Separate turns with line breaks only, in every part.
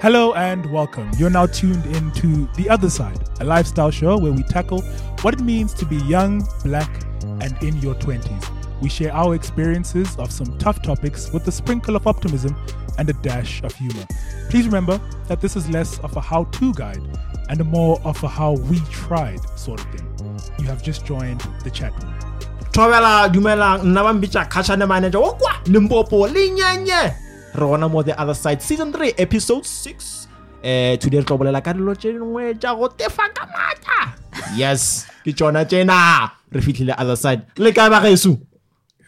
Hello and welcome. You're now tuned into The Other Side, a lifestyle show where we tackle what it means to be young, black, and in your 20s. We share our experiences of some tough topics with a sprinkle of optimism and a dash of humor. Please remember that this is less of a how to guide and more of a how we tried sort of thing. You have just joined the chat room.
thobela dumelang nna ba mbitsa kgatšhane manager o kwa limpopo le nyenye re gona mo the other side season 3 episode 6 um today re tlo bolela ka dilo tše dingwe tša go tefa ka maatla yes ke tšona tšena re fitlhile other side le kae bageso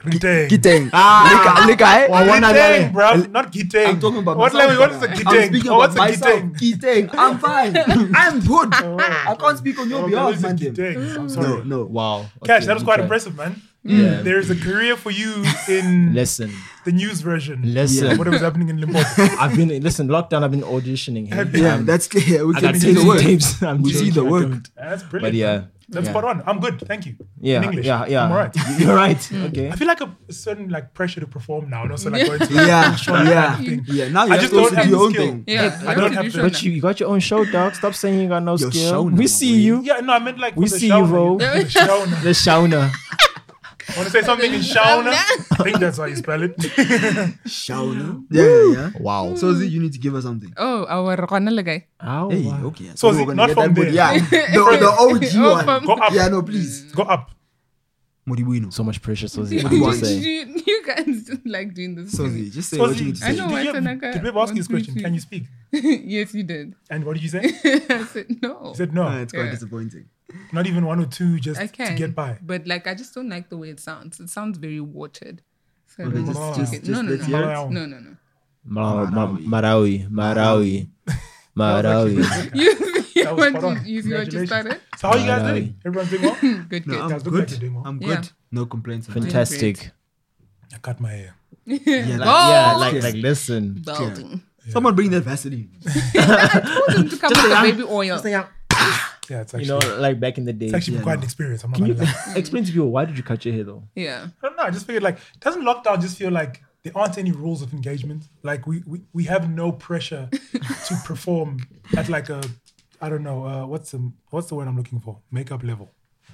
Ki- Kiteng.
Ah.
Leka- leka, eh?
Wa bona
Giteng,
jwale.
bro. Not Giteng.
I'm talking about
what
myself.
language? What is a
I'm
Giteng?
speaking
Oh, what's a
about myself.
Giteng?
Kiteng. I'm fine. I'm good. I can't speak on your
Oh,
behalf,
is a
man. Mm.
Giteng. I'm sorry.
No, no.
wow
Cash,
Okay,
that was quite
okay.
impressive, man.
Yeah.
There is a career for you in
listen
the news version.
Listen.
of What was happening in Limpopo.
i've been listen lockdown i've been auditioning here.
Have you-
Yeah, that's clear. We
Um, I
can
got
see the
tapes-
work.
tapes. I'm
We see
joking,
the
I
work.
don't.
That's brilliant.
but yeah
man. That's
yeah.
spot on. I'm good. Thank you. In
yeah
English.
yeah yeah
I'm all right. Hmm.
you're right okay
I feel like a certain like pressure to perform now. And also like going to
Yeah,
Sure.
yeah,
Thing.
yeah. Now you
I
have
just
to
don't
also do
have
your
the
own
skill.
thing.
Yeah,
I don't have to.
but you, you got your own show dog stop saying you got no
Your
skill
show now,
we see
boy.
you
Yeah, no, I meant like
We
for the
see you,
Shauna,
bro.
know, for the Shauna.
the shauna
I want to say something in Shauna. I think that's how you spell it.
Shauna. Yeah, yeah.
wow
So Z, you need to give us something.
Oh, our Rona Lagai.
How?
Hey, okay.
So
we
Z,
were gonna
not
get
from
that good.
there.
Yeah, the,
From-
the OG
Oh,
one.
from-
Go up.
Yeah, no, please.
Go up.
Modibuino.
So much pressure, Sozi.
You,
I'm
do
just
want?
saying.
you, you guys don't like doing this.
So
to me.
Z, just say
So
what
Z,
you need to
I
did
say.
know.
you
I
have-
don't know.
did we ask this
One, two,
question? Can
three.
you speak?
yes, you did.
And what did you say?
I said no.
He said
Ah,
no.
It's quite
Yeah.
disappointing.
Not even one or two just
I
to
can
get by.
but like I just don't like the way it sounds. It sounds very watered. So I
Okay,
don't
just-
like
just-
it.
just
no, no,
let's
no,
hear
it.
no, no, no.
Ma- ma- Marawi, Marawi, Marawi.
You see
That was
what
spot
you,
on.
you see what you
Congratulations.
started?
So how are you guys
Marawi.
doing? Everyone's doing well?
Good,
No,
good.
I'm
Guys, look like
good.
you're doing well.
I'm
Yeah.
good. No complaints. on that.
Fantastic.
I cut my hair.
Yeah, like,
Oh,
Yeah, like like listen.
balding.
Someone bring that Vaseline.
Told him to come with the baby oil.
Yeah, it's actually,
You know, like back in the day.
it's actually
yeah,
quite an
no.
experience. I'm not
Can
gonna
you
lie.
ex- explain to people why did you cut your hair though?
Yeah.
I don't know. I just figured like doesn't lockdown just feel like there aren't any rules of engagement? Like we we, we have no pressure to perform at like a I don't know uh, what's the what's the word I'm looking for makeup level.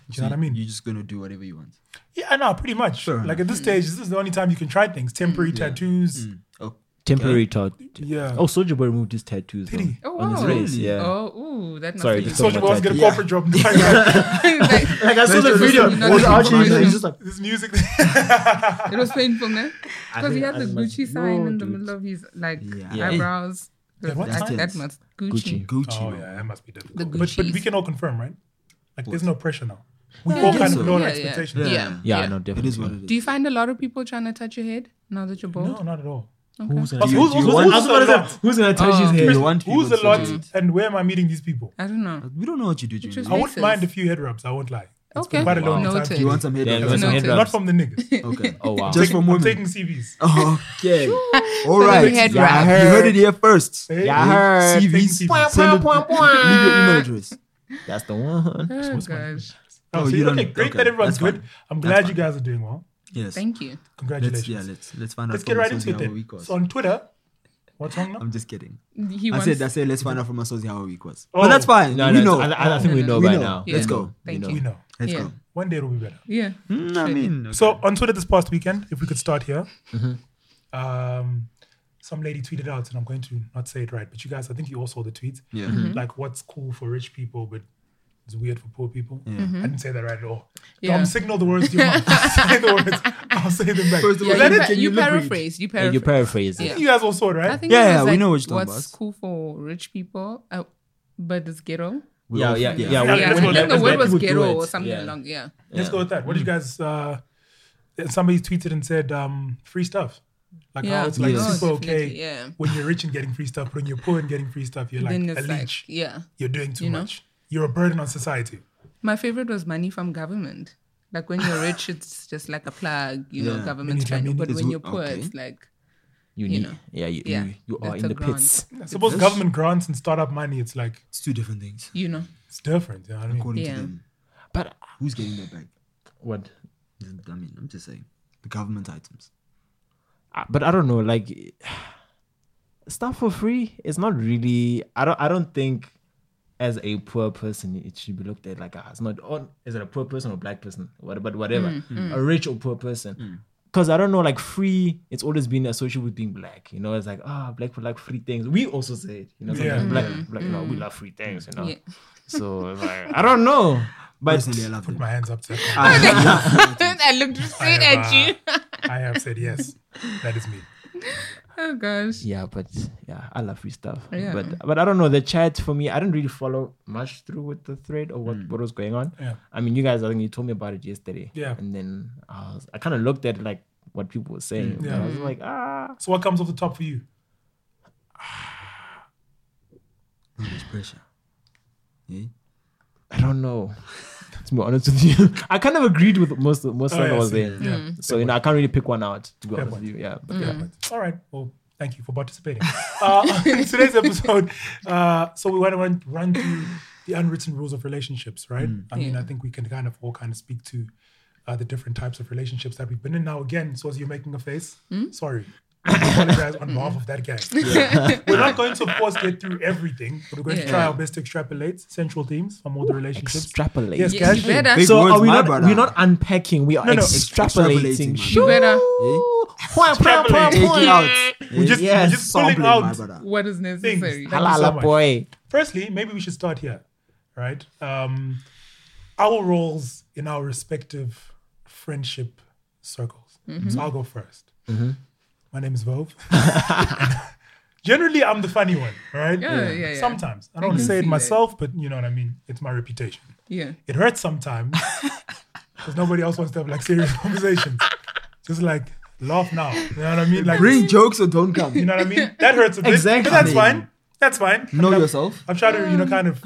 Do you know what I mean?
You're just gonna do whatever you want.
Yeah, I know pretty much.
Fair
like at this stage, this is the only time you can try things. Temporary tattoos.
Mm.
Oh,
Temporary tot.
Yeah.
Oh, Soldier Boy removed his tattoos though,
Did he?
Oh,
on his
wow.
face.
Really?
Yeah.
Oh, ooh, that must
Sorry,
be.
just-
So Soulja Boy's get a
Yeah.
corporate job. Like,
Like,
Like I saw
That's
the
just-
video.
Not
It was
even
actually
funny.
it was just like
this music.
it was painful, man. Because he
think-
had
I
the
think
Gucci
that's-
sign
no,
in the
dude.
middle of his like
Yeah.
Yeah.
eyebrows.
Yeah,
That-
what
that,
sign?
that must Gucci.
Gucci.
Gucci.
oh
man.
yeah, that must be difficult.
The
but, but we
Gucci's.
can all confirm, right? Like there's no pressure now. We
Yeah,
all
yeah,
kind
so.
of know our
yeah,
expectations.
Yeah.
Yeah.
Yeah,
yeah.
no, definitely.
It is what it
Do
is.
you find a lot of people trying to touch your head now that you're bald?
No, not at all.
Who's
Also,
gonna
who's,
do you
who's-
want-
who's
I was
a
about to
lot?
say, who's gonna touch
Oh.
his hair?
You want
Who's a
people
lot?
to-
And where am I meeting these people?
I don't know.
We don't know what you do, Junior.
Just-
I wouldn't
Faces.
mind a few head rubs. I won't lie. It's been
Okay.
quite a
Wow.
long time.
Noted.
You want some head
Yeah, you
rubs?
want some
Noted.
head
Not
rubs.
from the niggas.
Okay.
Oh wow.
Just for
I'm
women.
taking CVs.
Okay. All right.
Head head
Yeah,
wrap.
you heard it here first.
Hey,
Yeah, I heard.
CV.
Thank you.
Send it- Leave your email address.
That's the one.
Oh, gosh.
Oh,
Oh,
so
you
okay,
don't-
great
okay,
that everyone's
that's fine.
good. I'm
That's
glad you
fine.
guys are doing well.
Yes.
Thank you.
Let's
Congratulations.
yeah. Let's let's find out.
Let's get
from
right
Masozi
into it
how our
then.
week was.
So on Twitter, what's wrong now?
I'm just kidding.
He
I
wants.
said I said let's find out from Masozi how our week was.
Oh.
But that's fine.
No,
we
no,
know.
I, I- I think we know
We
by
know.
now.
Yeah.
Let's go.
Thank
We
you.
We know.
Let's
Yeah.
go.
One day it'll be better.
Yeah.
Mm, I mean,
So on Twitter this past weekend, if we could start here,
Mm-hmm.
um, some lady tweeted out, and I'm going to not say it right, but you guys, I think you all saw the tweet.
Yeah.
Mm-hmm.
Mm-hmm.
Like, what's cool for rich people, but it's weird for poor people.
Yeah.
I didn't say that right at all.
Mm-hmm. Yeah.
Dom, signal the words to your mouth. say the words. I'll say them back.
First of all,
Yeah,
Let
you,
it-
pa-
can
you,
you liberate?
paraphrase. You
And you
paraphrase.
paraphrase
Yeah.
it.
you guys all saw it, right?
I think
Yeah,
it was
yeah, we
like,
know what you're talking
What's
about.
cool for rich people, uh, but it's ghetto.
we
Yeah,
all-
yeah, yeah.
Yeah,
Well,
I
that's what-
think the
that's
word
what
was
people do
ghetto
it.
or something
Yeah.
along. Yeah.
Let's
Yeah.
go with that. What did you guys?
Mm-hmm.
Uh, somebody tweeted and said um, free stuff. Like how
Yeah.
it's like
Yes.
super
Oh,
okay
definitely, yeah.
when you're rich and getting free stuff, but when you're poor and getting free stuff, you're like
then
a
it's like,
leech.
yeah.
You're doing too
you know?
much. You're a burden on society.
My favorite was money from government. Like when you're rich, it's just like a plug, you know,
Yeah.
government's
Anytime,
trying. to- But
anytime.
when you're
Okay.
poor, it's like,
You
You
need.
know.
Yeah, you,
Yeah.
you, you are
That's
in
a
the
grant.
pits.
I suppose
does.
government grants and startup money, it's like
It's two different things.
you know,
it's different. You know what I mean?
According
Yeah.
to them,
But
who's getting that back?
what?
I mean, I'm
uh,
just saying, the government items.
I- But I don't know. Like, stuff for free is not really. I don't. I don't think as a poor person it should be looked at like ah, it's not on. Is it a poor person or black person? What but whatever,
Mm,
a rich or poor person. Cause I don't know, like free, it's always been associated with being black. You know, it's like ah, black people like free things. We also say it. You know,
Yeah.
sometimes black, black, no, we love free things. You know,
Mm. Yeah.
so it's like, I don't know, but
Personally, I love
Put
it.
my hands up. Sir.
I looked straight at you.
I have said yes. That is me.
Oh gosh.
Yeah, but yeah, I love free stuff.
Oh,
Yeah.
But but I don't know the chat for me. I didn't really follow much through with the thread or
Hmm.
what, what was going on.
Yeah.
I mean, you guys, I think you told me about it yesterday.
Yeah.
And then I was, I kind of looked at like what people were saying.
Hmm.
Yeah.
Yeah.
I was like, ah,
So what comes off the top for you?
Mm, There's pressure. Yeah.
I don't know. to be honest with you, I kind of agreed with most of, most
Oh,
of
yeah,
what was
see,
there.
yeah. Mm.
So you know, I can't really pick one out. To be
Fair
honest
point.
with you, yeah.
Mm.
But,
Yeah, but- All right. Well, thank you for participating. Uh, in today's episode, uh, so we want to run, run through the unwritten rules of relationships, right? I mean, I
Mm. Yeah.
think we can kind of all kind of speak to uh, the different types of relationships that we've been in. Now, again, so as you're making a face,
Hmm?
sorry. I apologize on behalf of that guy. We're not going to, of course, get through everything, but we're going to
Yeah.
try our best to extrapolate central themes from all the relationships.
Extrapolate.
Yes,
Yeah, you
casually.
better.
Big
So
words,
are we
my
not?
brother.
We're not unpacking. We are
No, no.
extrapolating.
Extrapolating, man.
You better.
Shoo. Point, point,
Extrapolate.
point,
Take
point.
it out.
We just-
Yes.
we just pulling
Sampling, my
out
brother.
What is necessary?
Things.
Halala
so much.
boy.
firstly, maybe we should start here, right? Um, our roles in our respective friendship circles.
Mm-hmm.
So I'll go 1st My name is Vove. Generally, I'm the funny one, right?
Yeah, Yeah. yeah, yeah.
Sometimes I
I
don't want to
can
say it
see that.
myself, but you know what I mean. It's my reputation.
Yeah.
It hurts sometimes because nobody else wants to have like serious conversations. Just like laugh now, you know what I mean? Like
Bring jokes or don't come.
you know what I mean? That hurts a bit.
Exactly.
But that's fine. That's fine.
Know
I'm-
yourself.
I'm trying to, you know, kind of,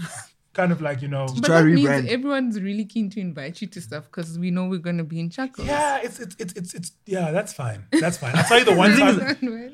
kind of like, you know.
But
Try
that means
rebrand.
everyone's really keen to invite you to stuff because we know we're gonna be in Chaco.
Yeah, it's it's it's it's, it's yeah. That's fine. That's fine. I tell you the one time,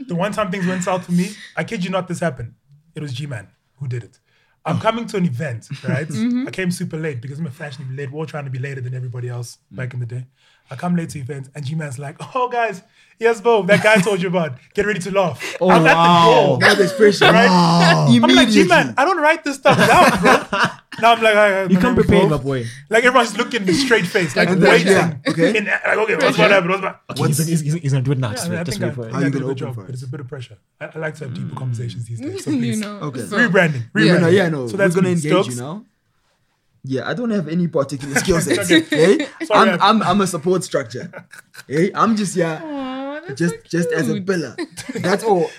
the one time things went south for me. I kid you not, this happened. It was G-Man who did it.
Oh.
I'm coming to an event, right? I came super late because I'm a fashionably late. We're all trying to be later than everybody else
Mm.
back in the day. I come late to events, and G-Man's like, "Oh, guys, yes, Bo, that guy I told you about. Get ready to laugh."
Oh,
I'm
Oh, wow.
at the door.
That's expression.
Right? I'm like,
Ah. Immediately.
G-Man, I don't write this stuff down, bro. now I'm like, "Hi, hi, my
You can't
name is
prepare,
Bo."
my boy.
Like everyone's looking straight face, like
Like,
waiting.
yeah, okay.
In, like, okay, what's what happened? What's what? Okay,
He's, he's, he's, he's gonna do it now.
yeah,
Just
I, mean, I
wait, just
think
wait
I,
for
I
it.
think I
you
did a
gonna open
good job,
for it?
but it's a bit of pressure. I, I like to have deeper conversations these days. So
you
please,
know.
Okay.
So,
rebranding, rebranding.
Mm. Yeah, no, yeah, no.
So that's
We're gonna
me,
engage,
Stokes.
you know. Yeah, I don't have any particular skill sets. eh?
Sorry,
I'm,
I-
I'm, I'm a support structure. eh? I'm just here,
Oh,
Aw, that's
just
so
just as a
cute.
pillar. That's all.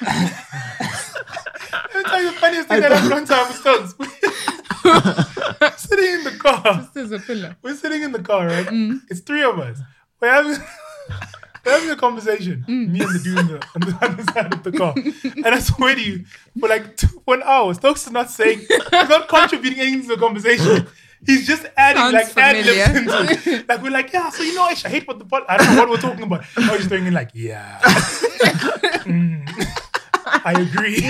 Let me tell you the funniest thing that happened one time with Stokes. We're sitting in the car.
Just as a pillar.
We're sitting in the car, right?
Mm.
It's three of us. We're having. We're having a conversation,
Mm.
me and the dude on the, on the other side of the car. And I swear to you, for like two, one hour, Stokes is not saying, he's not contributing anything to the conversation. He's just adding
Sounds
like ad libs
familiar.
into it. Like we're like, yeah, so you know, Ish, I hate what the pod, I don't know what we're talking about. I was just throwing in like, yeah. Mm. I agree.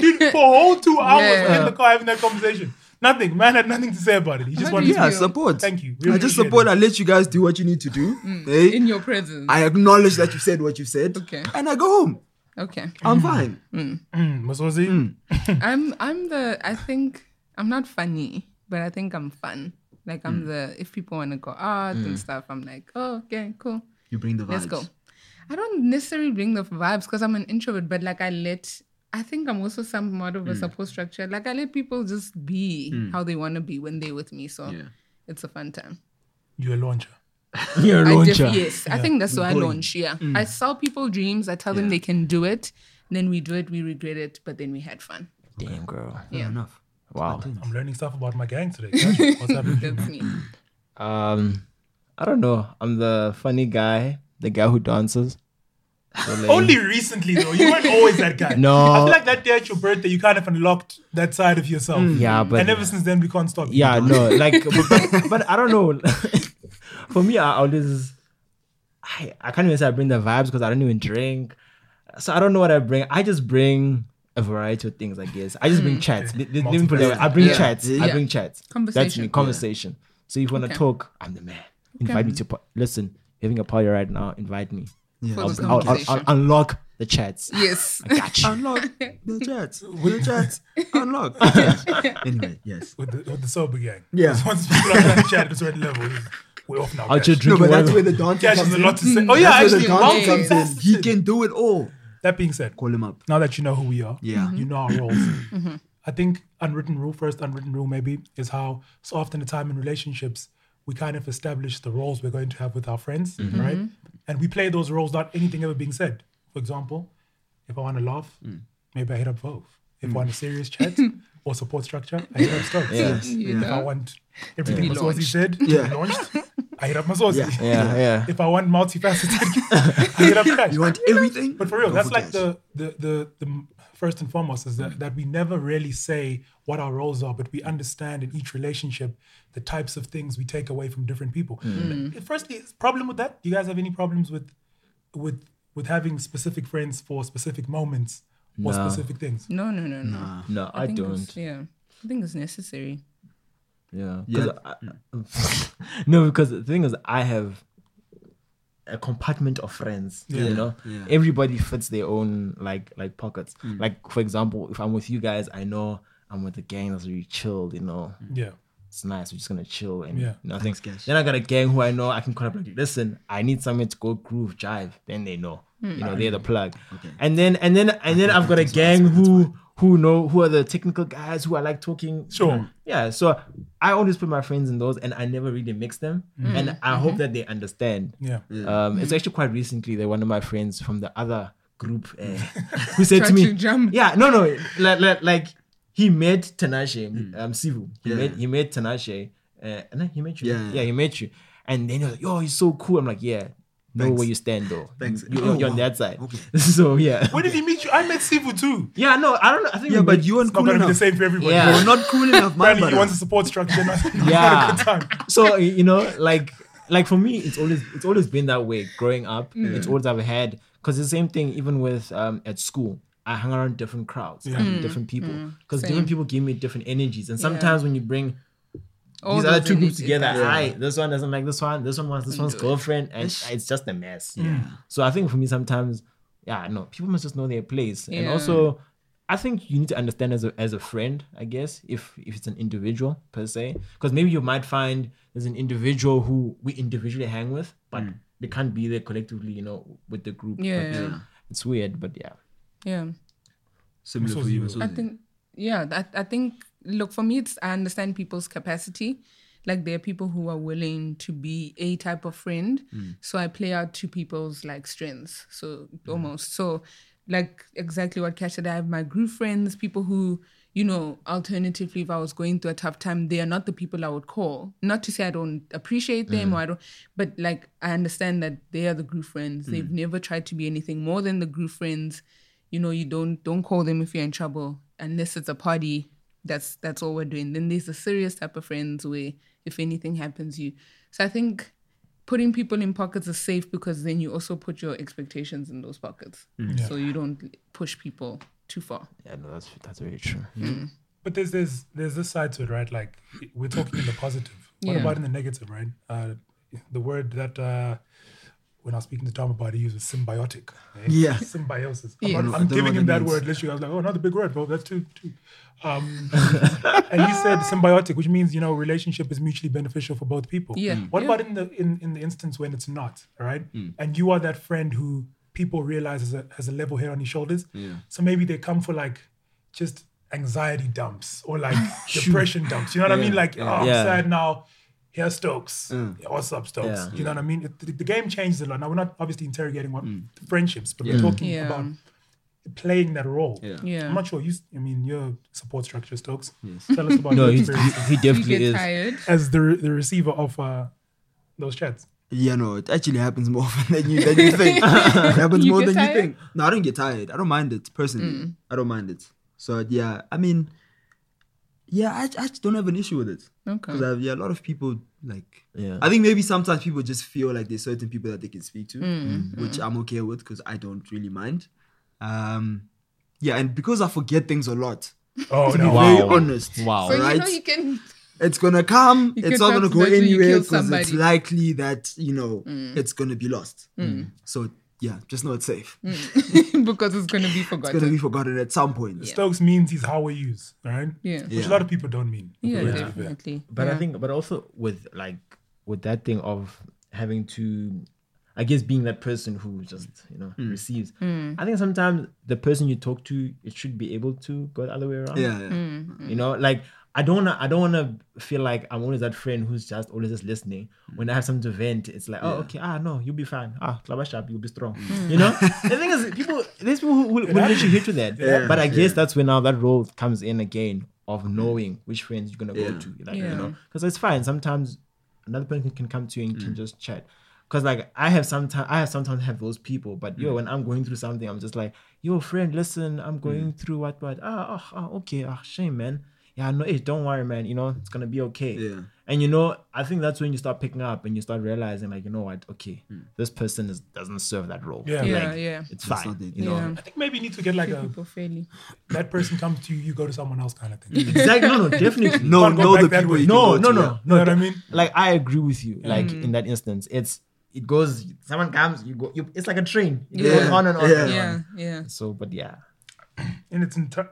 Dude, for a whole two hours
Yeah.
in the car having that conversation. Nothing. Man had nothing to say about it. He just
Not
wanted
you.
to
Yeah,
you.
support.
thank you.
I just support. I let you guys do what you need to do.
Mm.
eh?
In your presence.
I acknowledge that you said what you said.
Okay.
And I go home.
okay.
I'm fine.
Mm, Masozi?
I'm I'm the I think I'm not funny, but I think I'm fun. Like
Hmm.
I'm the if people want to go out and stuff, I'm like, oh okay, cool,
You bring the vibes.
let's go. I don't necessarily bring the vibes because I'm an introvert, but like I let I think I'm also somewhat of a
Mm.
support structure. Like I let people just be how they want to be when they're with me. So
Yeah.
it's a fun time.
You're a launcher.
You're
I def-
launcher.
yes, I think that's why I launch. Yeah,
Mm.
I sell people dreams. I tell them they can do it. Then we do it. We regret it, but then we had fun.
Damn, girl.
Yeah,
Enough.
Wow.
I'm learning stuff about my gang today. Gotcha. What's happening?
that's me.
Um, I don't know. I'm the funny guy, the guy who dances. So, like,
Only recently though. You weren't always that guy.
No.
I feel like that day at your birthday, you kind of unlocked that side of yourself.
Mm. Yeah, but
and ever since then, we can't stop. you.
yeah, no, like, but, but I don't know. For me, I always, I, I can't even say I bring the vibes because I don't even drink. So I don't know what I bring. I just bring a variety of things, I guess. I just bring
Hmm.
chats. Let- let- let me put it that way. I bring
Yeah.
chats. I
Yeah.
bring chats. That's
Conversation.
me,
Yeah.
conversation. So if you want to
Okay.
talk, I'm the man. Invite me to, par- listen, you're having a party right now, invite me.
For
I'll,
the
I'll- I'll- I'll
conversation. Um,
unlock the chats.
Yes.
I got you.
Unlock the chats. With the chats. Unlock. the chats. anyway, yes.
with the, with the sober gang.
Yeah.
Because Once people are trying to chat, it's already level. We're off now.
I'll
guys.
just
No,
drink
but that's
whatever.
where the dance
Cash
comes
has a
in.
lot to say.
Mm.
Oh yeah,
That's where
actually,
the
well
dance
Mountain
comes in.
contested.
He can do it all.
That being said,
Call him up.
now that you know who we are,
Yeah.
you know our roles. I think unwritten rule, first unwritten rule maybe, is how so often the time in relationships we kind of establish the roles we're going to have with our friends, right? And we play those roles without anything ever being said. For example, if I want to laugh, maybe I hit up Vove. If I want a serious chat or support structure, I hit up Stokes.
Yes.
You
If I
know?
want everything
To be
Masosi
launched.
said to
Yeah.
be launched, I hit up Masosi.
Yeah.
Yeah, yeah.
If I want multifaceted, I hit up Cash.
You want everything?
But for real,
Go
that's
for
like
cash.
the, the the the m- first and foremost is that, that we never really say what our roles are, but we understand in each relationship the types of things we take away from different people.
Mm.
eh, Firstly, is problem with that? Do you guys have any problems with with with having specific friends for specific moments or
No.
specific things?
No, no, no, no.
No, I,
think
don't.
It's, yeah. I think it's necessary.
Yeah.
Yeah. Mm.
'cause I- no, because the thing is, I have a compartment of friends.
Yeah.
You know,
Yeah. Mm.
everybody fits their own like like pockets. Like for example, if I'm with you guys, I know I'm with a gang that's really chilled. You know,
Yeah.
it's nice. We're just gonna chill and
Yeah.
nothing.
Thanks, guys.
Then I got a gang who I know I can call up like, listen, I need someone to go groove jive. Then they know, you know, they're the plug. And then and then and then I've got a gang who who know who are the technical guys who I like talking.
Sure.
Yeah. So I always put my friends in those, and I never really mix them. And I hope that they understand.
Yeah.
Um,
Mm-hmm.
it's actually quite recently that one of my friends from the other group uh, who said to
Tried
me,
to jump.
"Yeah, no, no, like, like, like he met Tanache, um, Sivu. He
Hmm. Yeah.
met he met Tanache, uh, no, he met you.
Yeah.
yeah, he met you. And then he was like, "Yo, he's so cool." I'm like, "Yeah, know
Thanks.
where you stand, though.
Thanks.
You,
Oh,
are on
wow.
that side.
Okay.
so yeah,
Where did he meet you? I met Sivu too.
yeah. No, I don't. know. I think
Yeah,
we
but
met-
you weren't
It's not
cool
going to be the
enough.
same for everyone.
Yeah.
You're not cool enough, my
Apparently, he wants a
brother.
support structure. Not,
Yeah.
not a good time.
so y- you know like like for me it's always it's always been that way growing up it's always i've had because the same thing even with um at school i hung around different crowds
Yeah.
and different people because different people give me different energies and sometimes when you bring
All
these other
those
two groups
energy-
together
Yeah.
right this one doesn't like this one this one wants this one's girlfriend and it's just a mess yeah so i think for me sometimes yeah no people must just know their place and
Yeah.
also I think you need to understand as a, as a friend, I guess, if if it's an individual per se, because maybe you might find there's an individual who we individually hang with, but they can't be there collectively, you know, with the group.
Mm. Yeah.
But it's weird, but yeah,
Yeah.
Similar for you,
Masozi.
I
Masozi.
think, yeah, I, I think, look, for me, it's, I understand people's capacity. Like, there are people who are willing to be a type of friend. So I play out to people's like strengths. So almost. So, like, exactly what Cash said, I have my group friends, people who, you know, alternatively, if I was going through a tough time, they are not the people I would call. Not to say I don't appreciate them or I don't, but like, I understand that they are the group friends. They've never tried to be anything more than the group friends you know you don't don't call them if you're in trouble unless it's a party that's that's all we're doing then there's a serious type of friends where if anything happens you so i think putting people in pockets is safe because then you also put your expectations in those pockets so you don't push people too far
yeah, no, that's that's very true.
But there's there's there's this side to it, right? Like we're talking in the positive. What
Yeah.
about in the negative, right? Uh, the word that uh, when I was speaking to Tom about, he used was symbiotic. eh?
Yeah.
symbiosis. I'm,
Yeah.
not-
I
I'm
don't know
giving
what
him
that
that
means.
word. Literally, I was like, oh, another big word, bro. That's too too. Um, and he said symbiotic, which means you know relationship is mutually beneficial for both people.
Yeah. Mm.
What
Yeah.
about in the in, in the instance when it's not, right?
Mm.
And you are that friend who people realize has a, has a level head on his shoulders.
Yeah.
So maybe they come for like just anxiety dumps or like depression dumps. You know what I mean? Like, oh, I'm
Yeah.
sad now. Here's Stokes. What's up, Stokes?
Yeah.
You know what I mean? It- the, the game changes a lot. Now we're not obviously interrogating what
Mm.
friendships, but we're
Yeah.
talking
Yeah.
about playing that role.
Yeah.
Yeah.
I'm not sure. You, s- I mean, your support structure, Stokes. Tell us about
No,
your
he's,
experience
he, he
you
definitely
get
is.
tired
as the re- the receiver of uh, those chats.
Yeah, no, it actually happens more often than you than you think. it happens
You
more
get
than
tired? Mm.
you think. No, I don't get tired. I don't mind it personally. I don't mind it. So yeah, I mean, yeah, I, I just don't have an issue with it because
okay
I've yeah a lot of people like.
Yeah.
I think maybe sometimes people just feel like there's certain people that they can speak to,
Mm,
Mm.
which I'm okay with because I don't really mind. Um, yeah, and because I forget things a lot,
Oh,
to be
no.
Wow.
very honest,
Wow.
so you know
Right.
you can
it's gonna come.
You
it's
can
not gonna
talk
go
about when you Mm.
anywhere
kill
because it's
somebody. Mm.
Mm.
likely that you know it's gonna be lost. So yeah, just know it's safe.
because it's going to be
It's gonna
forgotten.
be forgotten at some point.
Stokes means he's how we use, right?
Yeah.
Which
Yeah.
a lot of people don't mean.
Yeah,
To be fair.
definitely.
But
yeah.
I think, but also with like with that thing of having to, I guess, being that person who just you know
Hmm.
receives. I think sometimes the person you talk to, it should be able to go the other way around.
Yeah, yeah.
Mm.
You know, like I don't wanna, I don't wanna feel like I'm always that friend who's just always just listening.
Hmm.
When I have something to vent, it's like, oh, okay, ah, no, you'll be fine. Ah, club sharp, you'll be strong. You know, the thing is, people, there's people who will, will literally hit you that. But I guess that's when now that role comes in again of knowing which friends you're gonna go
Hmm. Yeah.
to, like
Yeah.
you know, because it's fine. Sometimes another person can come to you and
Mm.
can just chat. Cause like I have sometimes I have sometimes have those people, but
Mm.
yo, when I'm going through something, I'm just like, yo, friend, listen, I'm going through what what ah ah, ah okay ah shame man yeah no hey, don't worry man you know it's gonna be okay
Yeah.
and you know I think that's when you start picking up and you start realizing like you know what okay this person is, doesn't serve that role
Yeah.
Yeah,
like,
yeah.
it's
That's
fine
Mm. not it.
you know
Yeah.
I think maybe you need to get like uh,
Treat
a
people fairly.
that person comes to you, you go to someone else kind of thing.
exactly no no definitely
No,
Can't go
know
back
the
that
people
way.
you can
no
go
no
to,
no
yeah.
You know what I mean?
like I agree with you. Like in that instance, it's it goes. Someone comes, you go. You, it's like a train. It
Yeah.
goes on and on.
Yeah.
And
Yeah,
on.
yeah.
So, but yeah,
In its entire.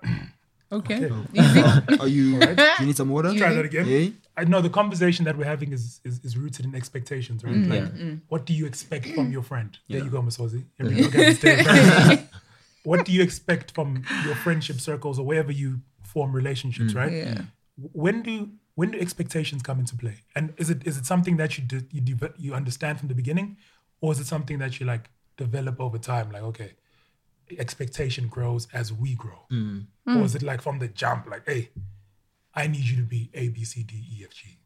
Okay.
Okay.
Easy.
Are you? you need some water?
Try that again.
Hey?
I know the conversation that we're having is is, is rooted in expectations, right?
Mm,
Like, what do you expect from your friend? There you go, Masozi. Everyone gets their friends. What do you expect from your friendship circles or wherever you form relationships, right?
Mm. Yeah.
When do when do expectations come into play? And is it is it something that you de- you de- you understand from the beginning, or is it something that you like develop over time? Like, okay, expectation grows as we grow,
Mm.
or is it like from the jump? Like, hey, I need you to be A, B, C, D, E, F, G,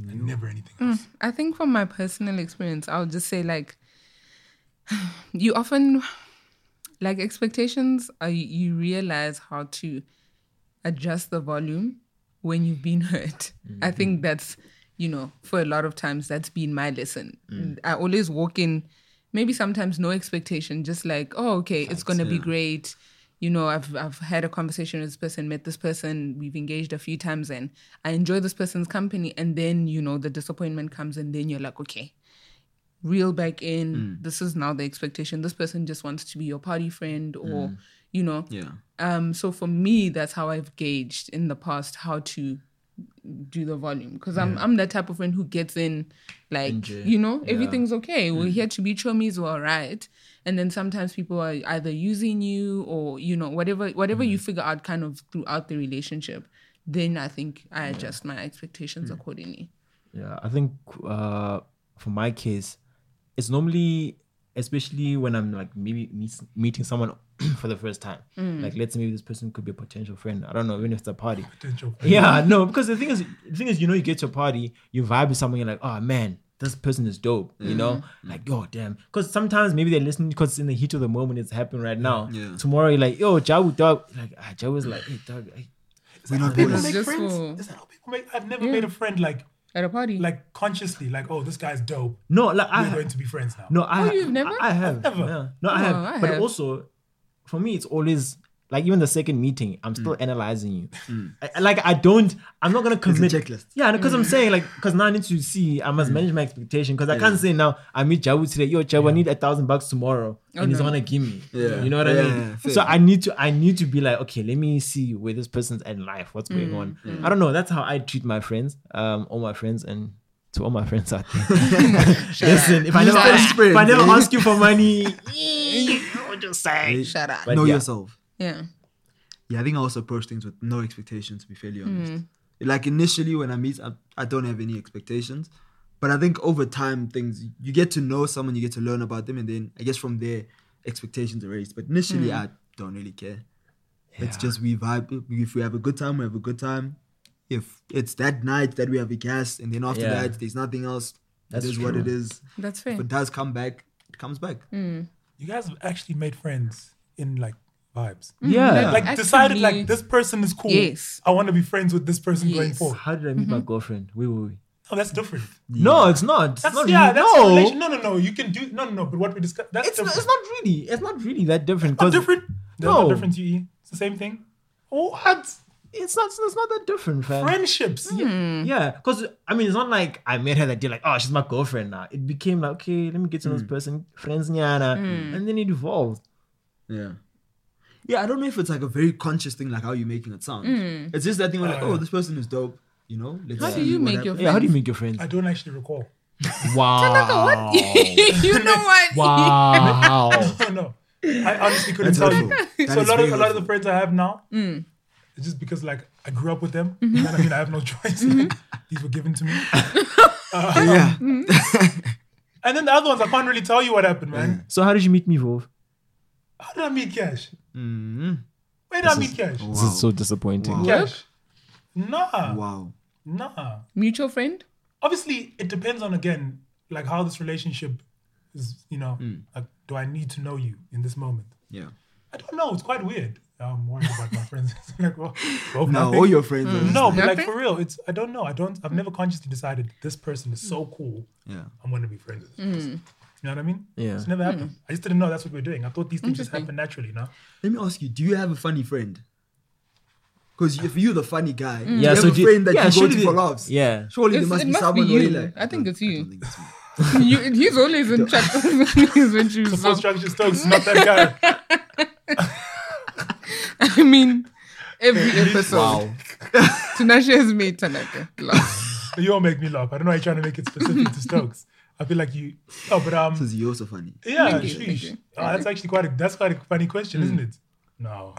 Mm.
and never anything else.
I think from my personal experience, I'll just say like you often like expectations are you realize how to adjust the volume when you've been hurt. I think that's you know, for a lot of times that's been my lesson. I always walk in maybe sometimes no expectation, just like, oh okay, it's gonna be great. You know, I've I've had a conversation with this person, met this person, we've engaged a few times and I enjoy this person's company and then, you know, the disappointment comes and then you're like, okay, reel back in. This is now the expectation. This person just wants to be your party friend or, you know.
Yeah.
Um, so for me, that's how I've gauged in the past how to do the volume because I'm I'm that type of friend who gets in, like you know everything's okay. We're here to be chummies, we're alright. And then sometimes people are either using you or you know whatever whatever you figure out kind of throughout the relationship. Then I think I adjust my expectations accordingly.
yeah. I think uh, for my case, it's normally, especially when I'm like maybe meet, meeting someone for the first time. Like, let's say maybe this person could be a potential friend. I don't know, even if it's a party.
Potential.
Yeah, no, because the thing is, the thing is, you know, you get to a party, you vibe with someone, you're like, oh man, this person is dope, you know, like yo, damn. Because sometimes maybe they're listening because in the heat of the moment, it's happening right now.
Yeah.
Tomorrow, you're like, yo, Jawu dog, like ah, Jawu's like, hey dog, hey.
Is that
not
how people
boys.
make
Just
friends?
for-
Is that how people make? I've never made a friend like
At a party,
like consciously like oh this guy's dope.
no, like
We're
I,
going to be friends now.
no, I,
Oh, you've never?
I, I have,
Never.
Yeah. no, I have,
Oh, I
but
have.
also, for me, it's always. Like even the second meeting, I'm still
Mm.
analyzing you. I- like I don't, I'm not gonna commit.
checklist. Mm.
Yeah, because
Mm.
I'm saying like, because now I need to see. I must manage my expectation because I can't say now I meet Jawu today. Yo, Jawu, I need a thousand bucks tomorrow, and he's
Oh, no.
gonna give me.
Yeah.
you know what I
Yeah,
mean.
yeah, fair.
so I need to, I need to be like, okay, let me see where this person's at in life. What's
Mm.
going on?
Mm.
I don't know. That's how I treat my friends, um, all my friends, and to all my friends out there. Listen, if I
Use
never, ask, if
that
I
experience,
never
eh?
ask you for money, I'll just say.
shut up.
But
know
yeah.
yourself.
yeah.
Yeah, I think I also approach things with no expectations, to be fairly honest. Like initially when I meet, I, I don't have any expectations. But I think over time, things you get to know someone, you get to learn about them, and then I guess from there, expectations are raised. But initially, I don't really care. It's just we vibe. If we have a good time, we have a good time. If it's that night that we have a gas, and then after
Yeah.
that, there's nothing else.
That's
That's what
true.
it is.
That's fair.
If it does come back, it comes back.
You guys have actually made friends in like vibes.
Yeah.
Like decided
Actually-
like this person is cool.
Yes.
I want to be friends with this person going
Yes.
forward.
oh, How did I meet my girlfriend? Wait, wait, wait.
No, that's different.
No, it's not. It's
That's
not
yeah,
really-
that's a
no.
relation- no, no, no. You can do no, no, no. But what we discussed that's
It's not,
different.
it's not really. It's not really that different.
Not
'cause-
different. There's
No.
no difference. You eat. It's the same thing. What?
it's not it's not that different, fam.
Friendships.
Mm. Yeah, because I mean, it's not like I met her that day, like, oh, she's my girlfriend now. It became like, okay, let me get to know this person, friends, nyana, and then it evolved.
Yeah. Yeah, I don't know if it's like a very conscious thing, like how you're making it sound. It's just that thing where like, oh, this person is dope. You know, let's
Mm. How do
see
you
what
make your
happens.
Yeah, how do you make your friends?
I don't actually recall.
Wow.
you know what?
wow.
Oh no. I honestly couldn't
That's
tell
helpful.
you.
That
so a
is
lot of a lot of
very
the
helpful.
friends I have now,
Mm.
it's just because like I grew up with them.
Mm-hmm.
And I mean I have no choice. These were given to me.
Yeah.
And then the other ones I can't really tell you what happened, man.
so how did you meet me, Vov?
How did I meet Cash?
Mhm.
Where did I meet Cash?
Wow.
This is so disappointing.
Wow.
Cash. Nah.
wow.
Nah.
Mutual friend?
Obviously it depends on again, like how this relationship is, you know, like do I need to know you in this moment?
Yeah.
I don't know, it's quite weird. I'm worried about my friends. like, well, well,
No,
nothing.
all your friends.
Mm.
are just
No,
like-
but like
Nothing?
for real, it's I don't know. I don't. I've never consciously decided this person is so cool.
Yeah.
I'm going to be friends with this person. You know what I mean?
Yeah.
It's never happened. I just didn't know that's what we were doing. I thought these things just happen naturally. You know?
Let me ask you: Do you have a funny friend? Because if you're the funny guy, do
Yeah,
you have
so
a
do you-
friend that
yeah,
you go
surely
to for
they-
laughs.
yeah.
surely there
Mm. It's-
must
it
be
must be
someone where
you.
you like.
I think it's
don't- I
you.
don't think it's me.
you, he's always in chat always when she was
Full structure Stokes, not that guy.
I mean, every episode. Tinashe has made Tanaka laugh.
you all make me laugh. I don't know. why You're trying to make it specific to Stokes. I feel like you. Oh, but um,
Because you're also funny.
yeah,
Thank you,
sheesh.
thank you. Mm.
Oh, that's actually quite a that's quite a funny question, isn't it? No,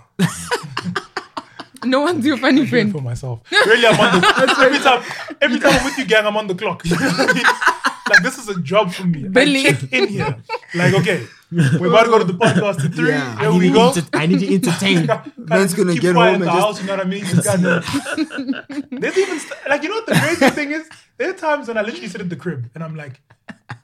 No one's your funny
I'm doing it
friend.
for myself. Really, I'm on the every time every time I'm with you, gang, I'm on the clock. You know what I mean? like this is a job for me. I
Billy.
check in here. Like okay, we're about to go to the podcast in three.
Yeah.
Here we go.
I need to entertain.
Man's
gonna get home
in the
and just-
house, you know what I mean? Just gotta- There's even st- like you know what the crazy thing is? There are times when I literally sit at the crib and I'm like,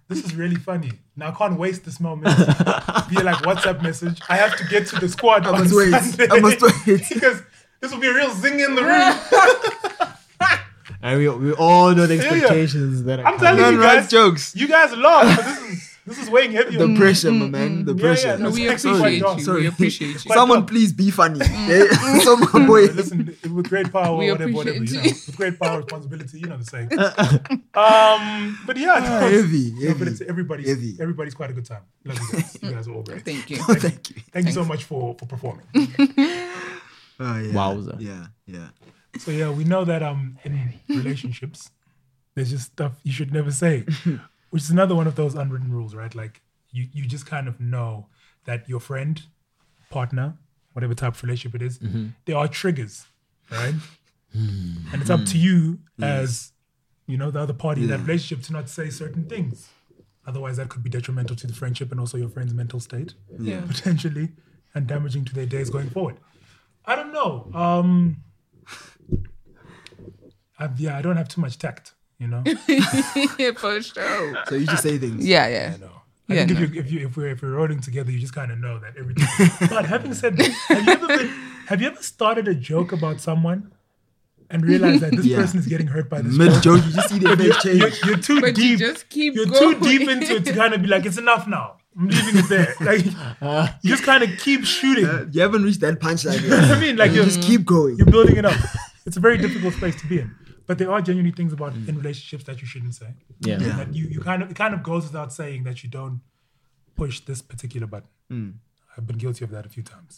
this is really funny. Now I can't waste this moment. Be like WhatsApp message. I have to get to the squad. I
must wait. I must wait.
because this will be a real zing in the room.
and we, we all know the
yeah.
expectations that are
I'm telling
Man
you
writes
guys,
jokes.
you guys laugh, but this is this is weighing
Mm,
heavy on
The
me.
pressure, my man. The
Yeah,
pressure.
yeah, no,
No, we
Sorry,
appreciate
sorry.
you.
Sorry.
We appreciate you.
Someone
up.
please be funny. eh? so my boy.
Listen, with great power,
We
whatever, whatever. You know,
appreciate you.
with great power, responsibility. You know the saying. um, but yeah, no, it's-
Ah, heavy,
no, but
heavy,
it's everybody's
heavy.
everybody's quite a good time. Love you guys. You guys are all great. Thank,
Thank you.
Thank
you
you.
so much for for performing.
Oh, yeah.
Wowza.
Yeah, yeah.
So yeah, we know that um in relationships, there's just stuff you should never say, which is another one of those unwritten rules, right? Like you you just kind of know that your friend, partner, whatever type of relationship it is, there are triggers, right? And it's up to you as you know the other party in that relationship to not say certain things. Otherwise, that could be detrimental to the friendship and also your friend's mental state,
Yeah.
potentially, and damaging to their days going forward. I don't know. Um, i yeah, I don't have too much tact, you know.
yeah, for sure.
So you just say things.
Yeah, yeah.
No. I
Yeah,
think
no.
if, you, if, you, if, we're, if we're rolling together, you just kind of know that everything. but having said that, have you, ever been, have you ever started a joke about someone and realized that this
Yeah.
person is getting hurt by this?
Mid joke, you just see their face
joke? You're,
change.
you're too
But you
deep.
just keep
you're
going.
too deep into it to kind of be like, it's enough now. I'm leaving it there. Like, you just kind of keep shooting.
You haven't reached that punchline yet.
I mean, like, you're,
Just keep going.
you're building it up. It's a very difficult space to be in. But there are genuinely things about in relationships that you shouldn't say.
Yeah.
Yeah.
That you, you kind of it kind of goes without saying that you don't push this particular button. I've been guilty of that a few times.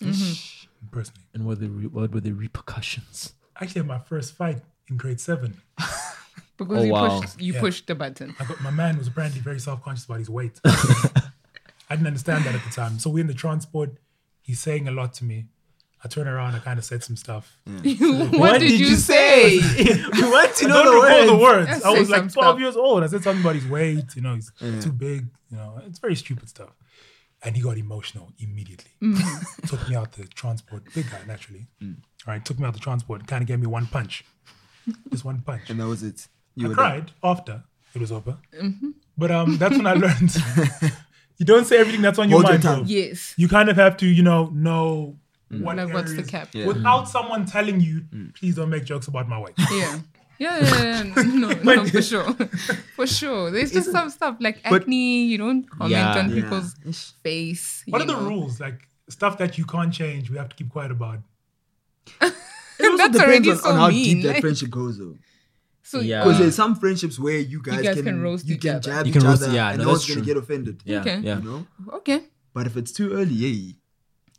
Personally.
And what, the re- what were the repercussions?
Actually at my first fight in grade seven,
Because
Oh,
you
wow.
pushed you
Yeah.
pushed the button.
I got my man was apparently very self conscious about his weight. I didn't understand that at the time. So we're in the transport, he's saying a lot to me. I turn around, I kind of said some stuff.
what, did, you say?
you want to
I don't recall the words.
Yes,
I
say
was like
some
12
stuff.
years old. I said something about his weight, you know, he's too big, you know, it's very stupid stuff. And he got emotional immediately.
Mm.
took me out the transport, big guy, naturally. All right, took me out the transport, kind of gave me one punch. Just one punch.
And that was it. You
I
were Mm-hmm.
cried after it was over. But um, that's when I learned you don't say everything that's on your
Hold your
mind,
tongue. Mm.
bro.
Yes.
You kind of have to, you know, know. What
Like, what's the
areas-
cap?
Yeah. Mm.
Without someone telling you, please don't make jokes about my weight.
Yeah. Yeah, yeah, yeah. no, no, for sure, for sure. There's just some stuff like
But-
acne. You don't comment
Yeah.
on
Yeah.
people's face.
What
you
are the
know.
rules? Like stuff that you can't change, we have to keep quiet about.
It
also
That's
depends
already
on,
so
on how
mean.
deep that
like-
friendship goes, though.
So
Yeah.
Because there's some friendships where you guys,
guys can roast
you
each
can
other.
jab
You can
each
roast-
other,
yeah,
and
no,
no one's
that's
gonna
true.
get offended.
Yeah,
Okay.
yeah.
You know,
oh, okay.
but if it's too early, yeah,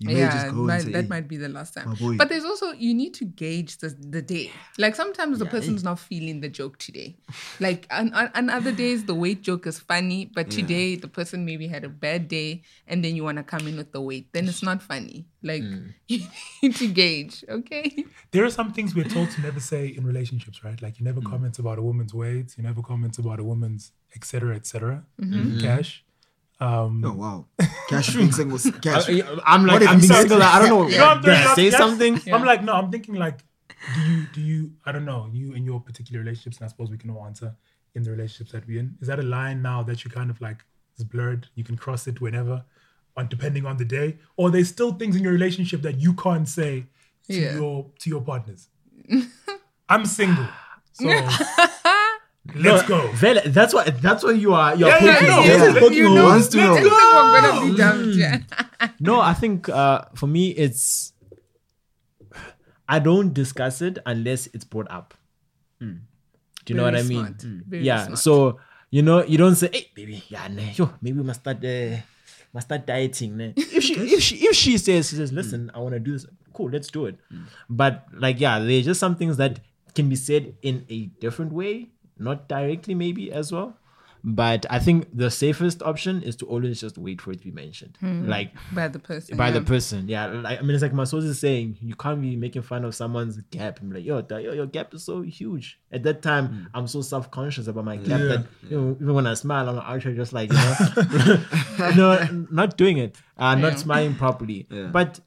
you may
yeah,
just go
might-
and say,
that
"Hey,
might be the last time.
my boy."
But there's also you need to gauge the the day. Like sometimes the person's not feeling the joke today. Like on, on, on other days the weight joke is funny, but today the person maybe had a bad day, and then you want to come in with the weight, then it's not funny. Like you need to gauge. Okay.
There are some things we're told to never say in relationships, right? Like you never comment about a woman's weight, you never comment about a woman's et cetera, et cetera. Cash. Um,
Oh wow, cash being single, cash.
I, am like,
What if
I'm
you
being
say-
single. like, I don't know.
You know what I'm throwing out?
say
Yes.
something.
Yeah.
I'm like, no, I'm thinking like, do you, do you, I don't know, you and your particular relationships, and I suppose we can all answer in the relationships that we're in. Is that a line now that you kind of like, it's blurred, you can cross it whenever, on depending on the day? Or there's still things in your relationship that you can't say to
Yeah.
your to your partners? I'm single. So let's go.
Vele, that's why. That's why you are. You are
Yeah, yeah, no,
poking holes.
yeah.
You're poking
You know,
holes.
wants to know.
Let's think we're gonna be dumped, yeah.
No, I think uh, for me, it's I don't discuss it unless it's brought up. Hmm. Do you know
Very
what I mean? Hmm. Mm.
smart. Very
yeah.
smart.
So you know, you don't say, "Hey, baby, yeah, ne, yo, maybe we must start, uh, must start dieting." ne." If she, if she, if she says, she says, "Listen, I want to do this," cool, let's do it. Mm. But like, yeah, there's just some things that can be said in a different way, not directly, maybe as well. But I think the safest option is to always just wait for it to be mentioned. Like,
by the person.
by the
yeah.
person. Yeah, like, I mean, it's like my source is saying you can't be making fun of someone's gap and be like, yo, that, yo, your gap is so huge. At that time, I'm so self conscious about my gap that you know, even when I smile, I'm actually just like, you know, no, not doing it, uh,
Yeah.
not smiling properly.
Yeah.
But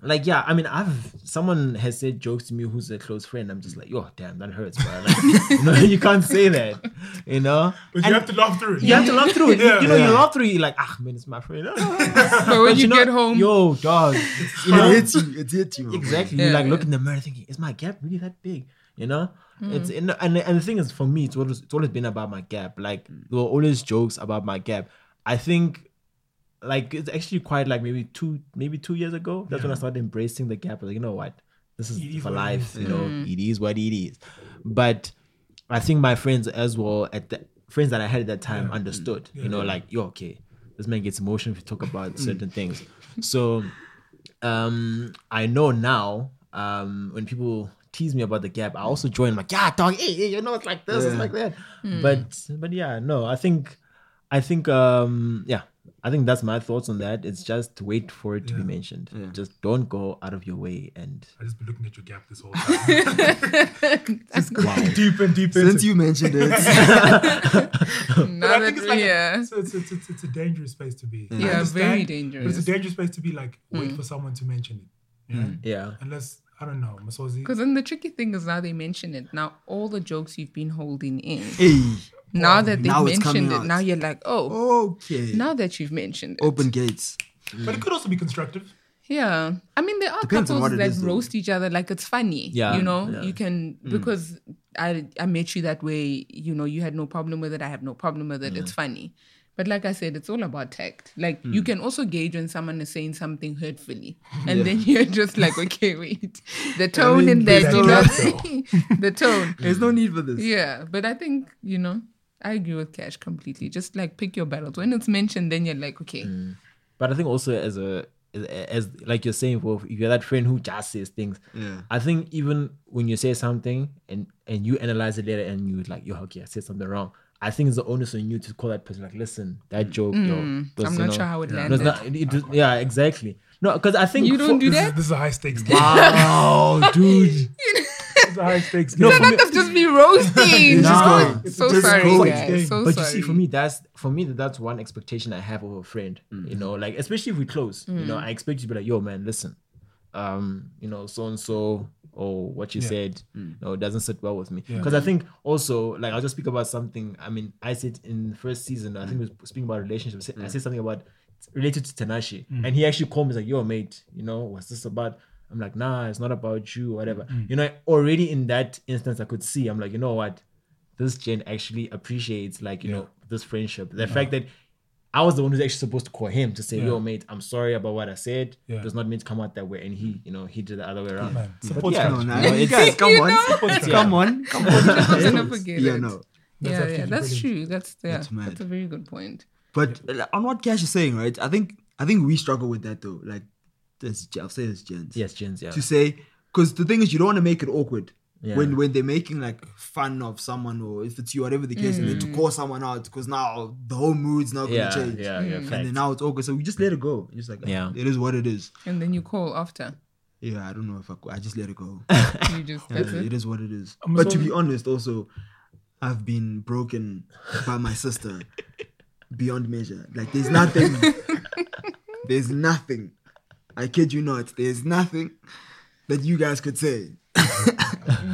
like, yeah, I mean, I've someone has said jokes to me who's a close friend. I'm just like, yo, damn, that hurts, bro. Like, no, you can't say that, you know.
But you
And
have to laugh through it.
you have to laugh through it. You-
Yeah.
you know, you
Yeah.
laugh through it. You're like, ah, man, it's my friend.
But when
But
you,
know-
get home,
yo, dog. You
it
know,
hits you. It hits you. my boy.
exactly.
Yeah,
you like
yeah.
look in the mirror, thinking, is my gap really that big? You know,
Mm.
it's and, and and the thing is, for me, it's always it's always been about my gap. Like there were always jokes about my gap. I think, like it's actually quite like maybe two maybe two years ago. That's when I started embracing the gap. Like you know what, this is
It is
for
what it
life.
is,
You know, it is what it is. But I think my friends as well at the friends that I had at that time understood.
Mm.
You know, like yo, okay, this man gets emotional if you talk about certain things. So um I know now um when people tease me about the gap, I also join like, yeah, dog, hey, hey, you know it's like this, it's
Yeah.
like that. But but yeah, no, I think I think um yeah, I think that's my thoughts on that. It's just wait for it to be mentioned.
Yeah.
Just don't go out of your way and
I've just been looking at your gap this whole time.
that's
wow.
deep and deep into
Since you mentioned it,
But
now
I think
that
it's like a,
yeah,
it's, it's, it's, it's, it's a dangerous space to be. I
Yeah,
understand, But it's a
very dangerous. Mm.
dangerous space to be like, wait for someone to mention it. Yeah?
Mm.
Yeah.
Unless, I don't know, Masozi.
Because then the tricky thing is now they mention it. Now all the jokes you've been holding in,
hey,
now that they've
Now it's coming
mentioned it,
out.
now you're like, oh,
okay.
now that you've mentioned it.
Open gates.
But it could also be constructive.
Yeah. I mean, there are
Depends on
couples
what it
that
is, though.
roast each other like it's funny.
Yeah,
You know,
yeah.
you can, because I, I met you that way, you know, you had no problem with it. I have no problem with it. It's funny. But like I said, it's all about tact. Like you can also gauge when someone is saying something hurtfully, and then you're just like, okay, wait, the tone
mean,
in there,
there's
you
no
know,
love,
the tone.
There's no need for this.
Yeah, but I think you know, I agree with Cash completely. Just like pick your battles. When it's mentioned, then you're like, okay,
Mm.
But I think also as a as, as like you're saying, Wolf, if you're that friend who just says things,
Yeah.
I think even when you say something and and you analyze it later and you like, yo, okay, I said something wrong. I think it's the onus on you to call that person like, listen, that joke, yo, those,
Mm. I'm
you
not
know,
sure how it
no,
landed.
it's not- it- it- yeah, exactly. No, because I think
you don't do
This is,
that.
this is a high stakes game.
Wow, dude.
This is a high stakes
No,
game.
So that is just me roasting.
It's just
No.
going.
So
Just
sorry,
going.
guys. So
but
sorry.
you see, for me, that's for me that that's one expectation I have of a friend. You know, like especially if we close, you know, I expect you to be like, "Yo, man, listen, um, you know, so and so, or what you said, you know, doesn't sit well with me." Because I think also, like, I'll just speak about something. I mean, I said in the first season, I think we were speaking about relationships. I said something about related to Tanashi, and he actually called me like, "Yo, mate, you know, what's this about?" I'm like, "Nah, it's not about you, whatever." You know, already in that instance, I could see. I'm like, you know what? this Jen actually appreciates like you know this friendship the fact that I was the one who's actually supposed to call him to say, "Yo, mate, I'm sorry about what I said.
Yeah.
It does not mean to come out that way." And he, you know, he did the other way around.
Man,
But
support
yeah,
structure.
you
no,
know,
no,
it's-
guys, come on,
Support
come on, come
People
on.
gonna forget
yeah,
it.
no.
That's
yeah, yeah,
absolutely
that's
brilliant.
true. That's yeah,
That's
that's,
mad.
a very good point.
But uh, on what Cash is saying, right? I think I think we struggle with that though. Like, this, I'll say this, gents.
yes, Jens. Yeah,
to say because the thing is you don't want to make it awkward
Yeah.
when when they're making like fun of someone or if it's you whatever the case and then to call someone out because now the whole mood's not gonna
yeah,
change
yeah, yeah.
and then
fact.
now it's awkward so we just let it go just like
Yeah.
yeah it is what it is
And then you call after.
yeah I don't know if I could- I just let it go
You just
Yeah,
that's it.
it is what it is
I'm
but to
sorry.
be honest also I've been broken by my sister beyond measure like there's nothing there's nothing I kid you not there's nothing that you guys could say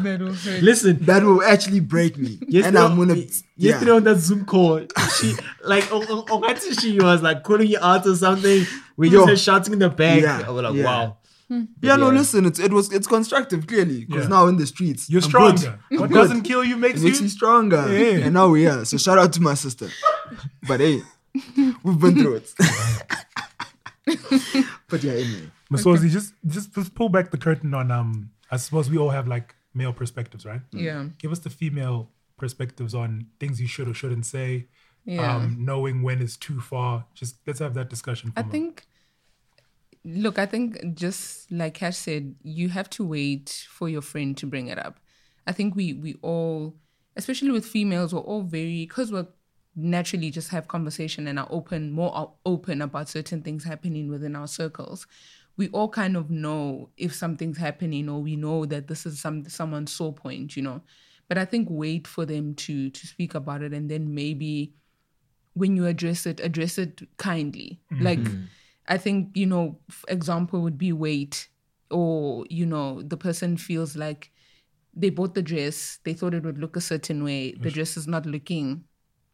That will hurt.
Listen,
that will actually break me. and
yesterday,
I'm gonna
y-
yeah.
yesterday on that Zoom call, she like on, on, on that she was like calling you out or something. We
Yo.
just heard shouting in the back.
Yeah,
I was like,
yeah.
wow.
yeah, no,
Yeah.
listen, it's it was it's constructive clearly because
Yeah.
now in the streets
You're
I'm
stronger.
good.
What
I'm
doesn't
good.
kill you
It
makes
makes me
you.
stronger.
Yeah.
And now we are. So shout out to my sister. But hey, we've been through it. but yeah, anyway.
Masozi, just just just pull back the curtain on um. I suppose we all have like male perspectives, right?
Yeah.
Give us the female perspectives on things you should or shouldn't say.
Yeah.
Um, knowing when is too far. Just let's have that discussion. For
I
a moment.
think look, I think just like Cash said, you have to wait for your friend to bring it up. I think we we all especially with females we're all very cuz we're naturally just have conversation and are open more o- open about certain things happening within our circles. We all kind of know if something's happening or we know that this is some someone's sore point, you know. But I think wait for them to to speak about it and then maybe when you address it, address it kindly. Like, I think, you know, f- example would be weight, or, you know, the person feels like they bought the dress, they thought it would look a certain way, the dress is not looking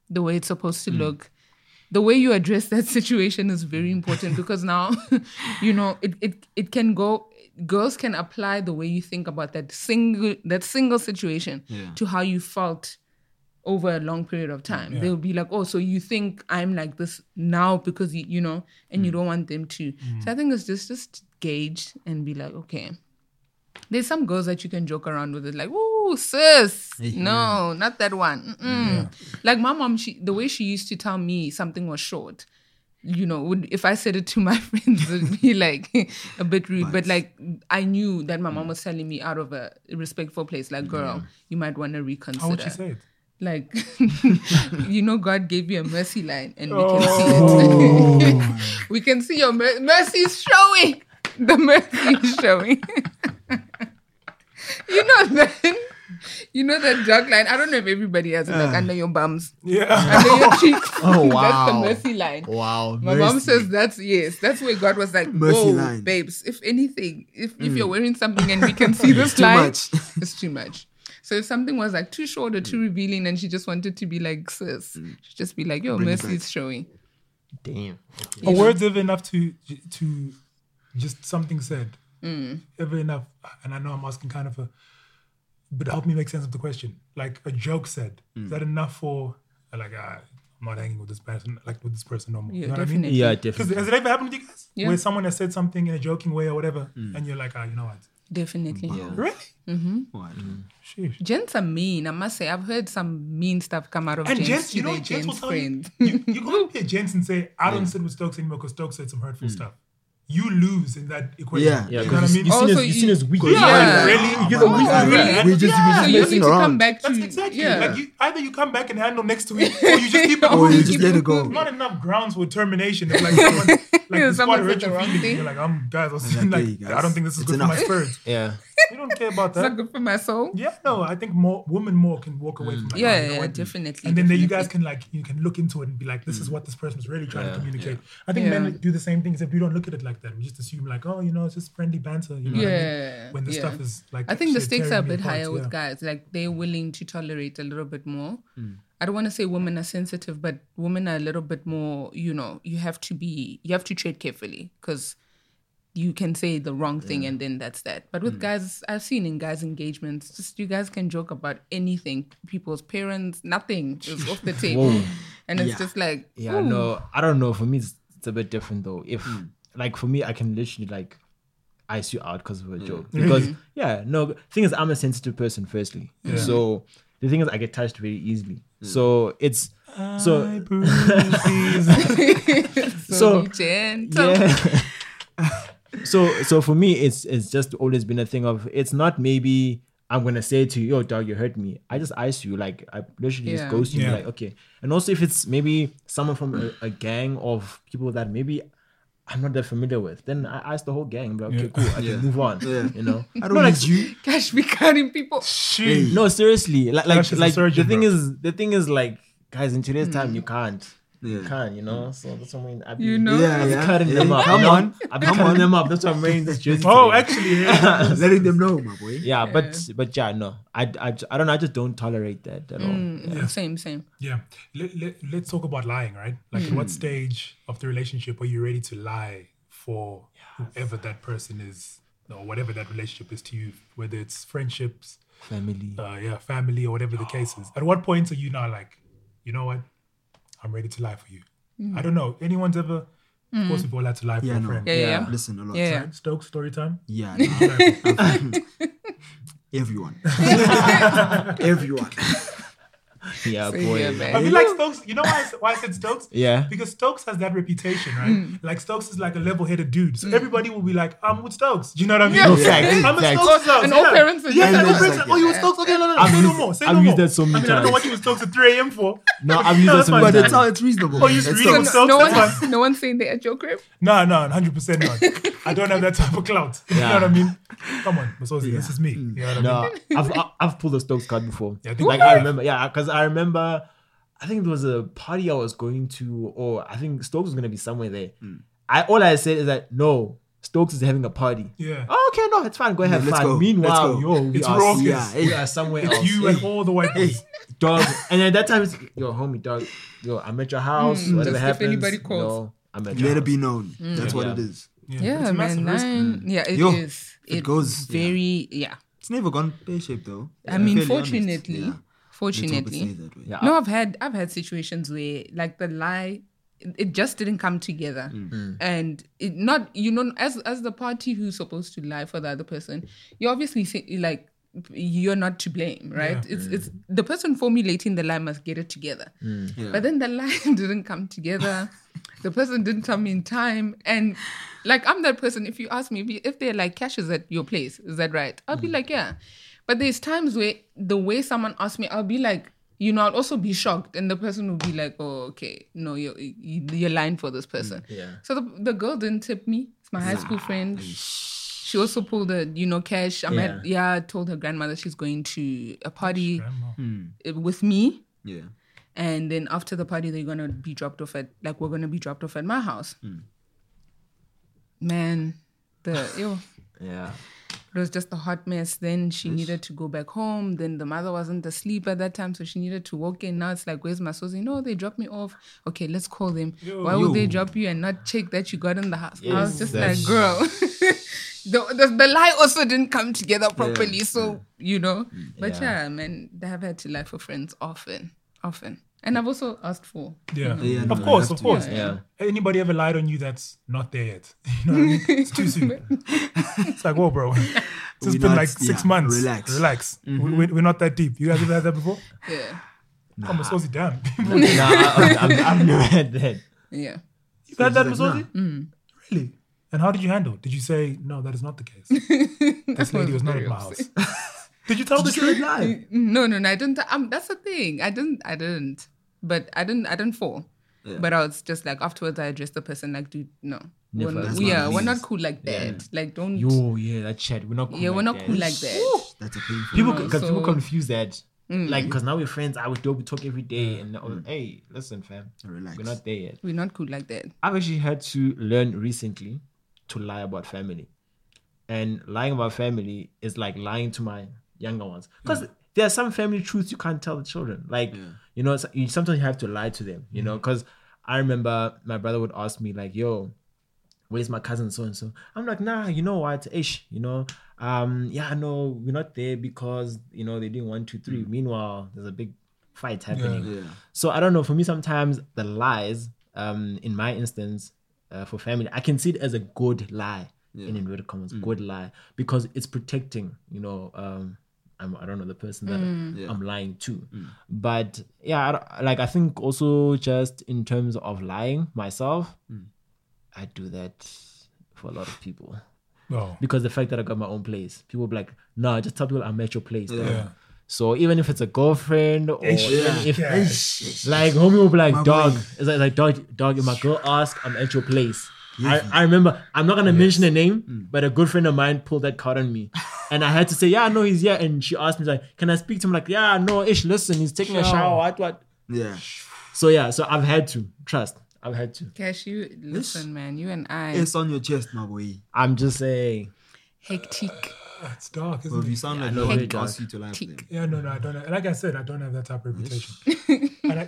the way it's supposed to look. The way you address that situation is very important because now, you know, it, it, it can go, girls can apply the way you think about that single, that single situation to how you felt over a long period of time. They'll be like, oh, so you think I'm like this now because you, you know, and
Mm.
you don't want them to. So I think it's just just gauge and be like, okay. There's some girls that you can joke around with it, like, ooh, sis, no, not that one. Mm-mm. Like my mom, she the way she used to tell me something was short, you know, would if I said it to my friends, it'd be like a bit rude. But like I knew that my
Mm.
mom was telling me out of a respectful place, like, girl, you might want to reconsider
How would you say it?
like you know god gave you a mercy line and we can
Oh.
see it we can see your mer- mercy is showing the mercy is showing you know that you know that dark line i don't know if everybody has it like under your bums
Yeah.
under your cheeks
Ah. Oh, wow.
that's the mercy line
Wow.
my mom says that's yes. That's where God was like,
Mercy
"Whoa,
line. Mm.
babes! If anything, if if you're wearing something and we can see this line,
much. Mm.
it's too much." So if something was like too short or too revealing, and she just wanted to be like, "Sis," she'd just be like, "Yo,
Bring it
mercy
back.
is showing."
Damn.
Are words ever enough to to just something said?
Mm.
Ever enough? And I know I'm asking kind of a, but help me make sense of the question. Like a joke said,
Mm.
is that enough for like ah, I'm not hanging with this person, like with this person no more.
Yeah,
you know what I mean?
definitely.
Yeah,
Because
definitely.
has it ever happened to you guys?
Yeah.
Where someone has said something in a joking way or whatever, and you're like, ah, you know what?
Definitely.
Really?
Mm-hmm.
What?
Mm. Sheesh.
Gents are mean. I must say, I've heard some mean stuff come out of
And
Gents,
gents, you know,
today,
what gents will
Gents
tell you,
friends.
you, you can't be a gents and say, I don't sit with Stokes anymore because Stokes said some hurtful stuff. You lose in that equation.
Yeah,
You
Yeah,
know what I
because you,
mean?
you seen
Oh, so
as you seen
you-
as weak.
Yeah.
Yeah.
Really? You're the
Oh,
weakest
really?
man.
We just,
Yeah, so
we
you
just messing
need to come
around.
back to
That's exactly.
yeah.
Like you, either you come back and handle next week, or you just keep it
Or
Or Oh, you
moving.
you
just
keep
let
it
it go.
moving.
Not enough grounds for termination. If like someone, like
Yeah,
the squad
someone said
hurt
the
your
wrong
feelings,
thing.
you're like, I'm guys, I was
Exactly,
like,
guys.
I don't think this is
It's
good for my
enough.
spirits.
Yeah.
We don't care about
It's not
that.
good for my soul.
Yeah, no, I think more women more can walk away from that.
Yeah,
"Oh, you know
yeah,
what?"
definitely,
And then there you
definitely.
guys can like you can look into it and be like, this is what this person was really trying to communicate. I think
Yeah.
men do the same thing except we don't look at it like that. We just assume like, oh, you know, it's just friendly banter. You know what I mean?
Yeah,
When the
yeah.
stuff is like,
I think the
shit
stakes are a
tearing me
bit
apart,
higher with
yeah.
guys. Like they're willing to tolerate a little bit more. I don't want to say women are sensitive, but women are a little bit more. You know, you have to be, you have to tread carefully because you can say the wrong thing and then that's that. But with guys, I've seen in guys' engagements, just you guys can joke about anything, people's parents, nothing is off the table. and it's
Yeah.
just like
Yeah, no, I don't know. For me, it's, it's a bit different though. If like for me, I can literally like ice you out because of a joke. Because yeah, no. Thing is, I'm a sensitive person. Firstly, so the thing is, I get touched very easily. So it's so
so,
So-
gentle.
yeah. so so for me, it's it's just always been a thing of it's not maybe. I'm gonna say to you, yo, dog, you hurt me. I just ice you, like I literally
Yeah.
just ghost you,
Yeah.
like okay. And also, if it's maybe someone from a, a gang of people that maybe I'm not that familiar with, then I ice the whole gang. But okay,
Yeah.
cool, I
Yeah.
can move on.
Yeah.
You know,
I don't need you.
Cash be cutting people.
Sheesh.
no, seriously, like like
Gosh, it's a
like
surgeon,
the thing
bro.
is, the thing is like, guys, in today's time, you can't, you
Yeah.
can't, you know. So that's what I mean. I be-
You know?
Yeah,
I've been
yeah.
cutting them
Yeah,
up.
Come
you know?
on.
I've been cutting them up. That's why I'm wearing this jersey.
Oh,
today.
actually, yeah.
Letting them know, my boy.
yeah, but but yeah, no, I, I I don't know. I just don't tolerate that at all.
Mm, Same, same.
yeah. Let, let, let's talk about lying, right? Like, at
Hmm.
what stage of the relationship are you ready to lie for whoever that person is, or whatever that relationship is to you, whether it's friendships,
Family.
uh, yeah, family, or whatever the case is? At what point are you now like, you know what? I'm ready to lie for you. I don't know. Anyone's ever, of course, we've all had to lie for
Yeah,
a
no.
friend.
Mm. Yeah, yeah. yeah.
Listen a lot.
Yeah.
Right? Stoke story time.
Yeah. nah. Everyone. Everyone.
Yeah,
Same
boy.
here,
I
man.
feel like Stokes. You know why I, s- why I said Stokes?
Yeah.
Because Stokes has that reputation, right?
Mm.
Like Stokes is like a level-headed dude, so everybody will be like, "I'm with Stokes." Do you know what I mean?
Yeah. No,
I'm
facts,
a
facts.
Stokes. Stokes.
And
yeah.
all parents are
Yeah,
just
and all
like-
parents are like, "Oh, you with Stokes? Okay, no, no, no.
I've
say no
used-
more. Say
I've
no
used
more."
that so
I
many
mean, I don't know
times.
what you with Stokes at 3 a.m. for.
No, I've used that so many
But that's
times.
how it's reasonable.
Oh, you just
It's
read
so-
them
So no,
Stokes,
no
that's
one, no one's saying they're at your crib.
No, no, 100 percent not. I don't have that type of clout. You know
Yeah.
what I mean? Come on, Masozi, this is me.
Mm.
You know what I mean?
No, I've I- I've pulled a Stokes card before.
Yeah, I think
like
I
I
have.
remember, yeah, because I remember, I think there was a party I was going to, or I think Stokes was gonna be somewhere there. I all I said is that no, Stokes is having a party.
Yeah.
Oh, okay, no, it's fine. Go have
let's
fun.
go.
Meanwhile,
Let's go.
yo, we
It's
are,
raucous.
yeah, we
Yeah.
are somewhere else.
You and
Hey,
all the white boys.
dog. And at that time, it's, yo, homie, dog, yo, I'm at your house.
Mm,
whatever
just if
happens,
anybody calls.
yo, I'm at your
Let it
house.
be known. That's what
Yeah.
it is.
but it's
Yeah,
a massive
man.
risk.
Nine, yeah, it is.
Yo, it goes-
very. Yeah,
It's never gone pear shaped though.
I
If I'm
mean,
fairly honest.
fortunately,
Yeah. Little people say
fortunately,
that way.
Yeah,
no, I've had I've had situations where like the lie, it it just didn't come together,
Mm.
and it not you know as as the party who's supposed to lie for the other person, you obviously say, like you're not to blame, right? It's it's the person formulating the lie must get it together,
Yeah.
but then the lie didn't come together. The person didn't come in time, and like I'm that person. If you ask me if- if they're like cash is at your place, is that right? I'll be like yeah, but there's times where the way someone asks me, I'll be like you know I'll also be shocked, and the person will be like oh okay no you're you- you're lying for this person.
yeah.
So the the girl didn't tip me. It's my high school friend. She also pulled a you know cash. I met yeah told her grandmother she's going to a party
Grandma.
uh, with me
Yeah.
and then after the party they're gonna be dropped off at like we're gonna be dropped off at my house man the ew,
yeah.
it was just a hot mess then she needed to go back home then the mother wasn't asleep at that time so she needed to walk in now it's like where's my sosie no they dropped me off okay let's call them why would they
Yo.
drop you and not check that you got in the house i
Yes,
was just
that's-
like girl the, the, the lie also didn't come together properly so you know but
Yeah.
yeah. man i have had to lie for friends often often and i've also asked for
Yeah.
Yeah, no,
of
you
course,
have
of
to,
course.
yeah.
Anybody ever lied on you that's not there yet? You know what I mean? It's too soon. it's like, whoa, bro. It's just
We're
been
not-
like six
yeah,
months.
relax. Mm-hmm.
Relax. We, are not that deep. You guys ever had that before?
yeah
Come on, Sozi, damn.
nah, I, I've, I've never had that.
yeah
You've had that,
Sozi's
Masozi?
like,
Mm. Really? And how did you handle? it? Did you say, no, that is not the case? this lady was not at
very
my house. did you tell the truth?
Straight lie.
no no no i didn't um that's the thing i didn't i didn't but i didn't i didn't fall but i was just like afterwards i addressed the person like dude no we're
Never.
not-
That's
we
what
are
it
we're not
means.
cool like that like don't
Yo, yeah, that shit. We're not cool.
yeah we're
like
not
that.
cool like that
That's a painful.
people
No,
because
so- Mm.
people confuse that like because now we're friends i would do we talk every day and all- hey listen fam
Relax.
we're not there yet
we're not cool like that
i've actually had to learn recently to lie about family and lying about family is like lying to my younger ones because there are some family truths you can't tell the children like you know so- you sometimes you have to lie to them you know because i remember my brother would ask me like yo where's my cousin so and so i'm like nah you know what ish you know um yeah no we're not there because you know they didn't want two three meanwhile there's a big fights happening.
Yeah.
So I don't know. For me, sometimes the lies, um, in my instance, uh, for family, I can see it as a good lie in inverted commas, good lie, because it's protecting. You know, um, I'm, I don't know the person that
Yeah.
I'm lying to, but yeah, I don't- like I think also just in terms of lying myself, I do that for a lot of people
Oh.
because the fact that I got my own place, people be like, no, nah, just tell people I'm at your place. dog."
Yeah.
So even if it's a girlfriend or even if
Yeah.
like homie will be like, dog,
boy.
it's like, like dog, dog. If my girl asks, I'm at your place. I, I remember I'm not gonna mention a name, but a good friend of mine pulled that card on me, and I had to say, yeah, no, he's here. And she asked me like, can I speak to him? Like, yeah, no, ish, listen, he's taking a shower. What, what?
Yeah.
So yeah, so I've had to trust. I've had to.
Cash, you listen, man. You and I
It's on your chest, my boy.
I'm just saying.
hectic.
It's dark,
Well,
isn't
if you
it?
sound
Yeah,
like
I
no
know
one
it
asks
does.
you to lie for
Tick.
them.
Yeah, no, no, I don't. Have, like I said, I don't have that type of reputation, and I,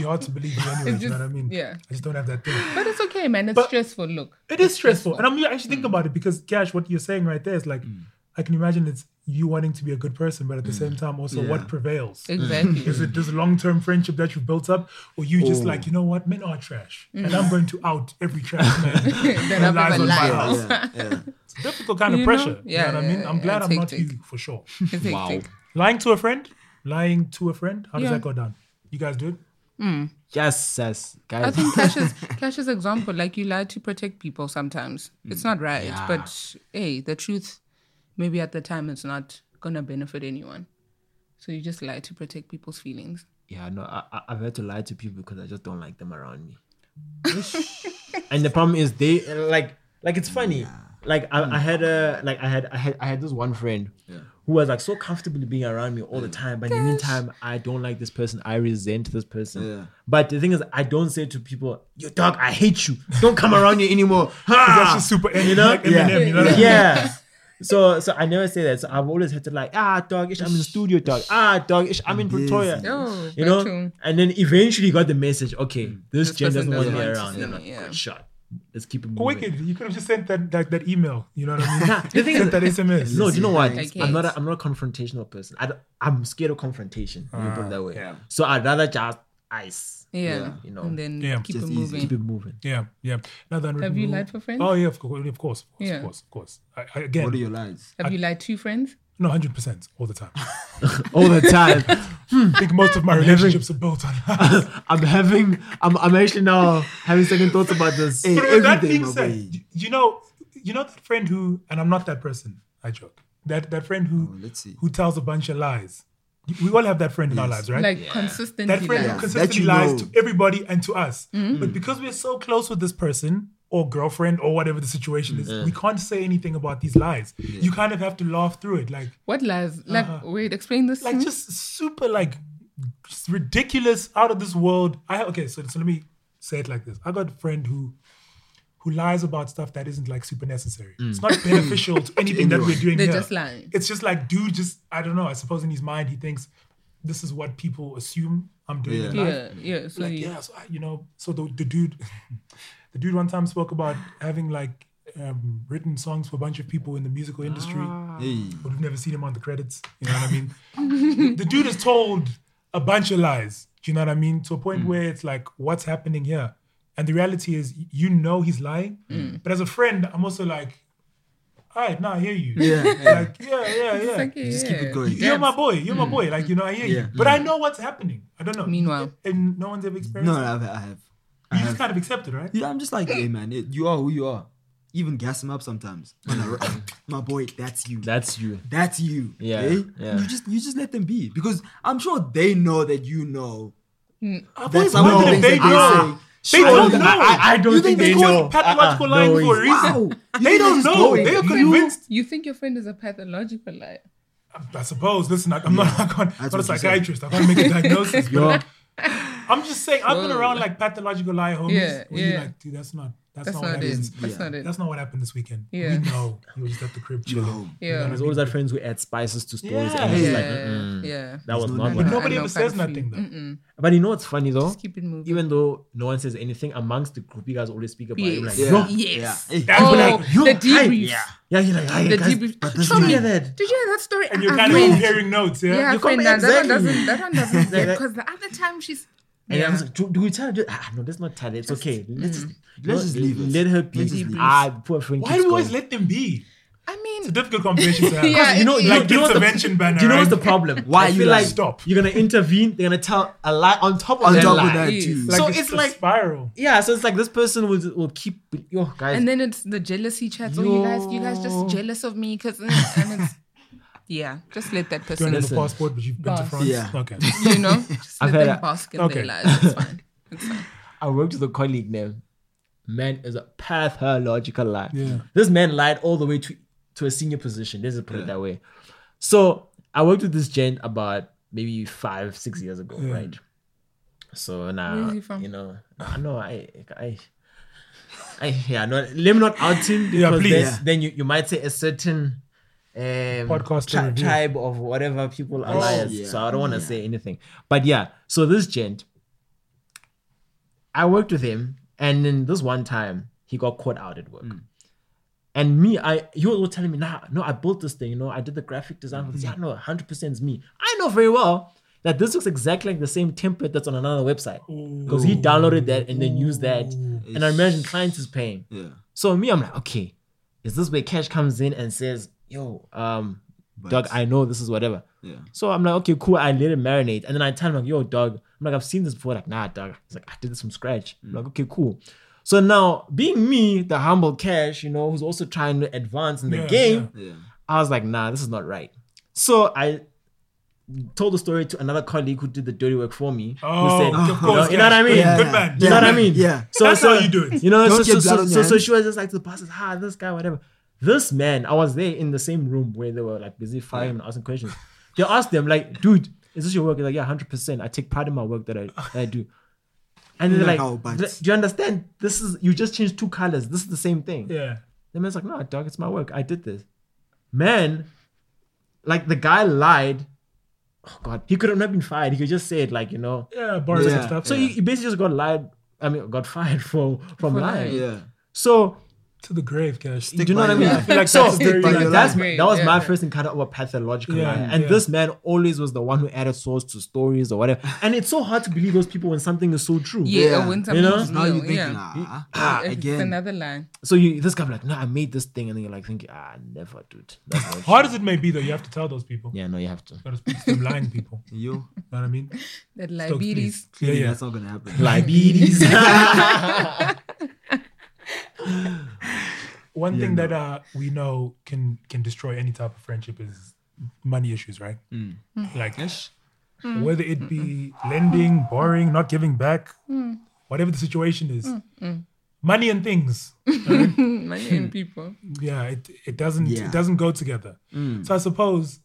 you're hard to believe me anyway. you know
just-
what I mean?
yeah.
I just don't have that thing.
But it's okay, man. It's
But-
stressful. Look,
It is stressful. Mm. And I'm actually thinking about it because, Cash, what you're saying right there is like,
Mm.
I can imagine it's you wanting to be a good person, but at the same time, also
Yeah.
what prevails?
exactly.
Is it this long term friendship that you've built up, or you
Oh.
just like, you know what, men are trash, and I'm going to out every trash man
That I've
lies
ever
on my
lied.
house?
Yeah, yeah.
It's a difficult kind of
You know?
pressure. you
Yeah,
know what I
yeah,
mean? I'm
yeah,
glad
it's
I'm not
hectic.
you for sure.
It's hectic.
lying to a friend, lying to a friend. How does
Yeah.
that go down? You guys do it?
Yes, yes, guys.
I think Cash's Cash's example, like you lie to protect people sometimes. It's not right, but hey, the truth, maybe at the time, it's not gonna benefit anyone. So you just lie to protect people's feelings.
Yeah, no, I, I- I've had to lie to people because I just don't like them around me. and the problem is they like like it's funny. Like I, I had a like I had I had I had this one friend who was like so comfortable being around me all the time, but in the meantime, I don't like this person. I resent this person.
Yeah.
But the thing is, I don't say to people, "Yo, dog, I hate you. Don't come around here anymore."
That's just super you know? like
Ah! yeah.
Eminem, you know?
yeah. So so I never say that. So I've always had to like ah dog ish I'm in the studio dog ah dog ish I'm in Pretoria
Oh,
Mm. you know
Beto.
and then eventually you got the message okay this,
This
gen
person
doesn't want
doesn't
me
want to
around
see
and
me,
I'm like
yeah.
good shot let's keep it moving
Wicked. You could have just sent that that, that email. You know what I mean?
the thing
sent
is
that SMS.
no do you know what
Like
I'm not a,
it.
I'm not a confrontational person I don't- I'm scared of confrontation let me put it that way
yeah.
so I'd rather just ice
Yeah,
you know.
and then
Yeah.
keep it
Just easy.
moving.
keep it moving
Yeah, yeah. Another
Have
unwritten
you
rule.
lied for friends?
Oh yeah, of course, of course, of course,
Yeah.
of course. Of course. I, I,
What are
again,
your lies?
Have you lied to friends?
no, hundred percent all the time.
all the time
I think most of my relationships are built on.
I'm having I'm, I'm actually now having second thoughts about this
Hey,
But with that
everything,
being
my
said,
boy.
you- you know, you know that friend who, and I'm not that person. I joke. That that friend who
Oh, let's see.
who tells a bunch of lies. We all have that friend in our lives, right?
Like consistently.
that friend who
lie.
Yeah, that
consistently
you
lies
know.
to everybody and to us. But because we're so close with this person or girlfriend or whatever the situation is, we can't say anything about these lies. You kind of have to laugh through it, like
What lies? Like wait, explain this.
Uh-huh. like
to me.
just super like just ridiculous, out of this world. I okay, so so let me say it like this. I got a friend who who lies about stuff that isn't like super necessary. It's not beneficial to anything that we're doing.
They're
here.
just lying.
It's just like dude, just I don't know. I suppose in his mind he thinks this is what people assume I'm doing. in
Yeah.
life
yeah, Hmm. yeah. So
like
you,
yeah, so I, you know, so the, the dude, the dude one time spoke about having like um, written songs for a bunch of people in the musical industry,
Ah.
Hey.
but we've never seen him on the credits. You know what I mean? the dude is told a bunch of lies. Do you know what I mean? To a point where it's like, what's happening here? And the reality is, y- you know he's lying, but as a friend, I'm also like, all right, now I hear you.
Yeah, yeah.
like yeah, yeah, yeah.
Like, yeah.
Just keep it going.
You're my boy. You're my boy. Like you know, I hear
Yeah.
you, but I know what's happening. I don't know.
Meanwhile.
and no one's ever experienced.
No, I have. I have. I
You just
have.
kind of accept it, right?
Yeah, I'm just like, hey, man, it- you are who you are. Even gas him up sometimes. Man, I- my boy, that's you.
that's you
That's you.
Yeah,
eh?
yeah.
You just you just let them be because I'm sure they know that you know.
I've
That's
always
how
wondered if
things
they
that
do.
I say.
They
Sure,
don't
I-
know.
I- I don't
you
think
they,
they
call
know.
it pathological
Uh-uh, no
lying for a
way.
reason.
Wow.
They don't know.
They
They're
are
convinced.
you think your friend is a pathological liar?
I suppose. Listen, I, am not. I can't, I'm not
That's
a
what she said.
psychiatrist. I can't make a diagnosis. but
Yo.
I'm just saying. I've been around like pathological lie homies.
Yeah,
where you're
yeah.
like, dude, that's not. That's,
That's
not,
not
what
it.
happened.
That's not it.
That's not what happened this weekend. We
Yeah.
know you were just at the crib chilling.
Yeah.
There's always that friends who add spices to stories.
Yeah.
And it's like,
Yeah.
mm-mm.
Yeah.
That was
no
not
need.
But
what
I-
nobody
I
ever
know
says
quite a few.
nothing, though.
Mm-mm.
But you know what's funny though?
Just keep it moving.
Even though no one says anything amongst the group, you guys always speak about it. Like,
Yes.
Yeah.
yo,
Yes.
Yeah.
That's
Oh,
what I-
yo,
the
hi.
debrief.
Yeah.
yeah, you're like,
The
hey, guys,
debrief.
but
But
this
Tell
man-
me,
hear that?
did you hear that story?
And you're
I
kind of
read.
comparing notes, yeah?
Yeah,
You
friend,
can't-
that, that one
exactly.
doesn't. That one doesn't
Like that.
because the other time she's.
And
Yeah. Mm.
I'm like, do, do we tell her? Ah, no, that's not tell. It's okay. Let's just,
Let's just leave it.
Let her be.
Let's just leave it.
ah, poor friend.
Why
keeps
do we always
going.
let them be?
I mean,
It's a difficult conversation to have.
Yeah,
You know,
It-
you
like
know- you know what's the-
intervention banner.
Do you know what's the
right?
problem?
Why
I
you
feel
like-
like
Stop.
You're gonna intervene. They're gonna tell a lie on top of
On
that
top
lie.
of that,
Yes.
too.
Like,
so
it's,
it's
a
like-
spiral.
Yeah, so it's like this person will will keep yo guys.
and then it's the jealousy chats. Oh, you guys, you guys just jealous of me because, and it's, yeah, just let that
You
person,
don't have a
Listen.
passport, but you've been to
Bars.
France.
Yeah.
Okay.
you know, just
I've
let
had
them
a-
bask in
Okay.
their lies. It's fine. It's fine.
I worked with a colleague now. Man is a pathological liar.
Yeah.
This man lied all the way to, to a senior position. Let's just put it that way. So I worked with this gent about maybe five, six years ago,
Yeah.
right? So now
Where is he from?
you know, I know I I I yeah, no, let me not out him
Yeah,
because
please.
then,
Yeah.
then you, you might say a certain um,
Podcast
tri-
review.
tribe of whatever people are liars.
Oh, yeah.
So I don't want to say anything. But yeah, so this gent, I worked with him, and then this one time he got caught out at work.
Mm.
And me, I he was telling me, nah, no, I built this thing, you know, I did the graphic design
Mm.
for this. Yeah, no, 100 percent is me. I know very well that this looks exactly like the same template that's on another website. Because he downloaded that and then used that. And I imagine clients is paying.
Yeah.
So me, I'm like, okay, is this where cash comes in and says, yo, um, Doug, I know this is whatever.
Yeah.
So I'm like, okay, cool. I let it marinate. And then I tell him, like, yo, dog. I'm like, I've seen this before. Like, nah, dog. He's like, I did this from scratch. I'm like, okay, cool. So now, being me, the humble cash, you know, who's also trying to advance in the
Yeah,
game,
Yeah.
I was like, nah, this is not right. So I told the story to another colleague who did the dirty work for me.
Oh,
who said,
of
you know,
course,
you know what I
guys.
mean?
Yeah,
Good
yeah.
man.
Yeah.
You know what I mean?
Yeah.
So
That's
so
how you do it.
You know,
Don't
so,
get
so,
blood
so,
on
so,
your
so
hands.
she was just like to the boss is ah, this guy, whatever. This man, I was there in the same room where they were like busy firing and asking questions. They asked them, like, dude, is this your work? He's like, yeah, 100%. I take pride in my work that I, that I do. And they're
Like,
like,
"Oh, but-"
do you understand? This is, you just changed two colors. This is the same thing.
Yeah.
The man's like, no, dog, it's my work. I did this. Man, like the guy lied. Oh God, he could have not been fired. He could just say it like, you know.
Yeah, bars and
Yeah.
stuff.
So
So you
he, he basically just got lied. I mean, got fired for from
For
lying.
lying.
Yeah.
So
to the grave, Cash.
do you know
by
what I
your
mean?
lie.
I feel like
so
that's very,
by your
like,
lie.
that's my- that was my
Yeah.
first encounter of a pathological
Yeah,
liar. And
yeah.
this man always was the one who added sauce to stories or whatever. And it's so hard to believe those people when something is so true.
Yeah,
Yeah.
yeah. when
You know?
something's
Now you
real,
think,
yeah.
nah. Ah,
If It's
Again.
another lie.
So you this guy be like, no, I made this thing, and then you're like thinking, ah, never, dude. That's not
hard
true."
as it may be, though, you have to tell those people.
Yeah, no, you have to.
You gotta speak to them lying people. You
You.
know what I mean?
That
Dogs, please.
Liberi's.
Yeah, yeah.
That's not gonna happen.
Diabetes.
One thing that uh, we know can can destroy any type of friendship is money issues, right? Like whether it be lending, borrowing, not giving back, whatever the situation is, money and things.
Money and people.
yeah it, it doesn't
Yeah. Mm.
it doesn't go together so i suppose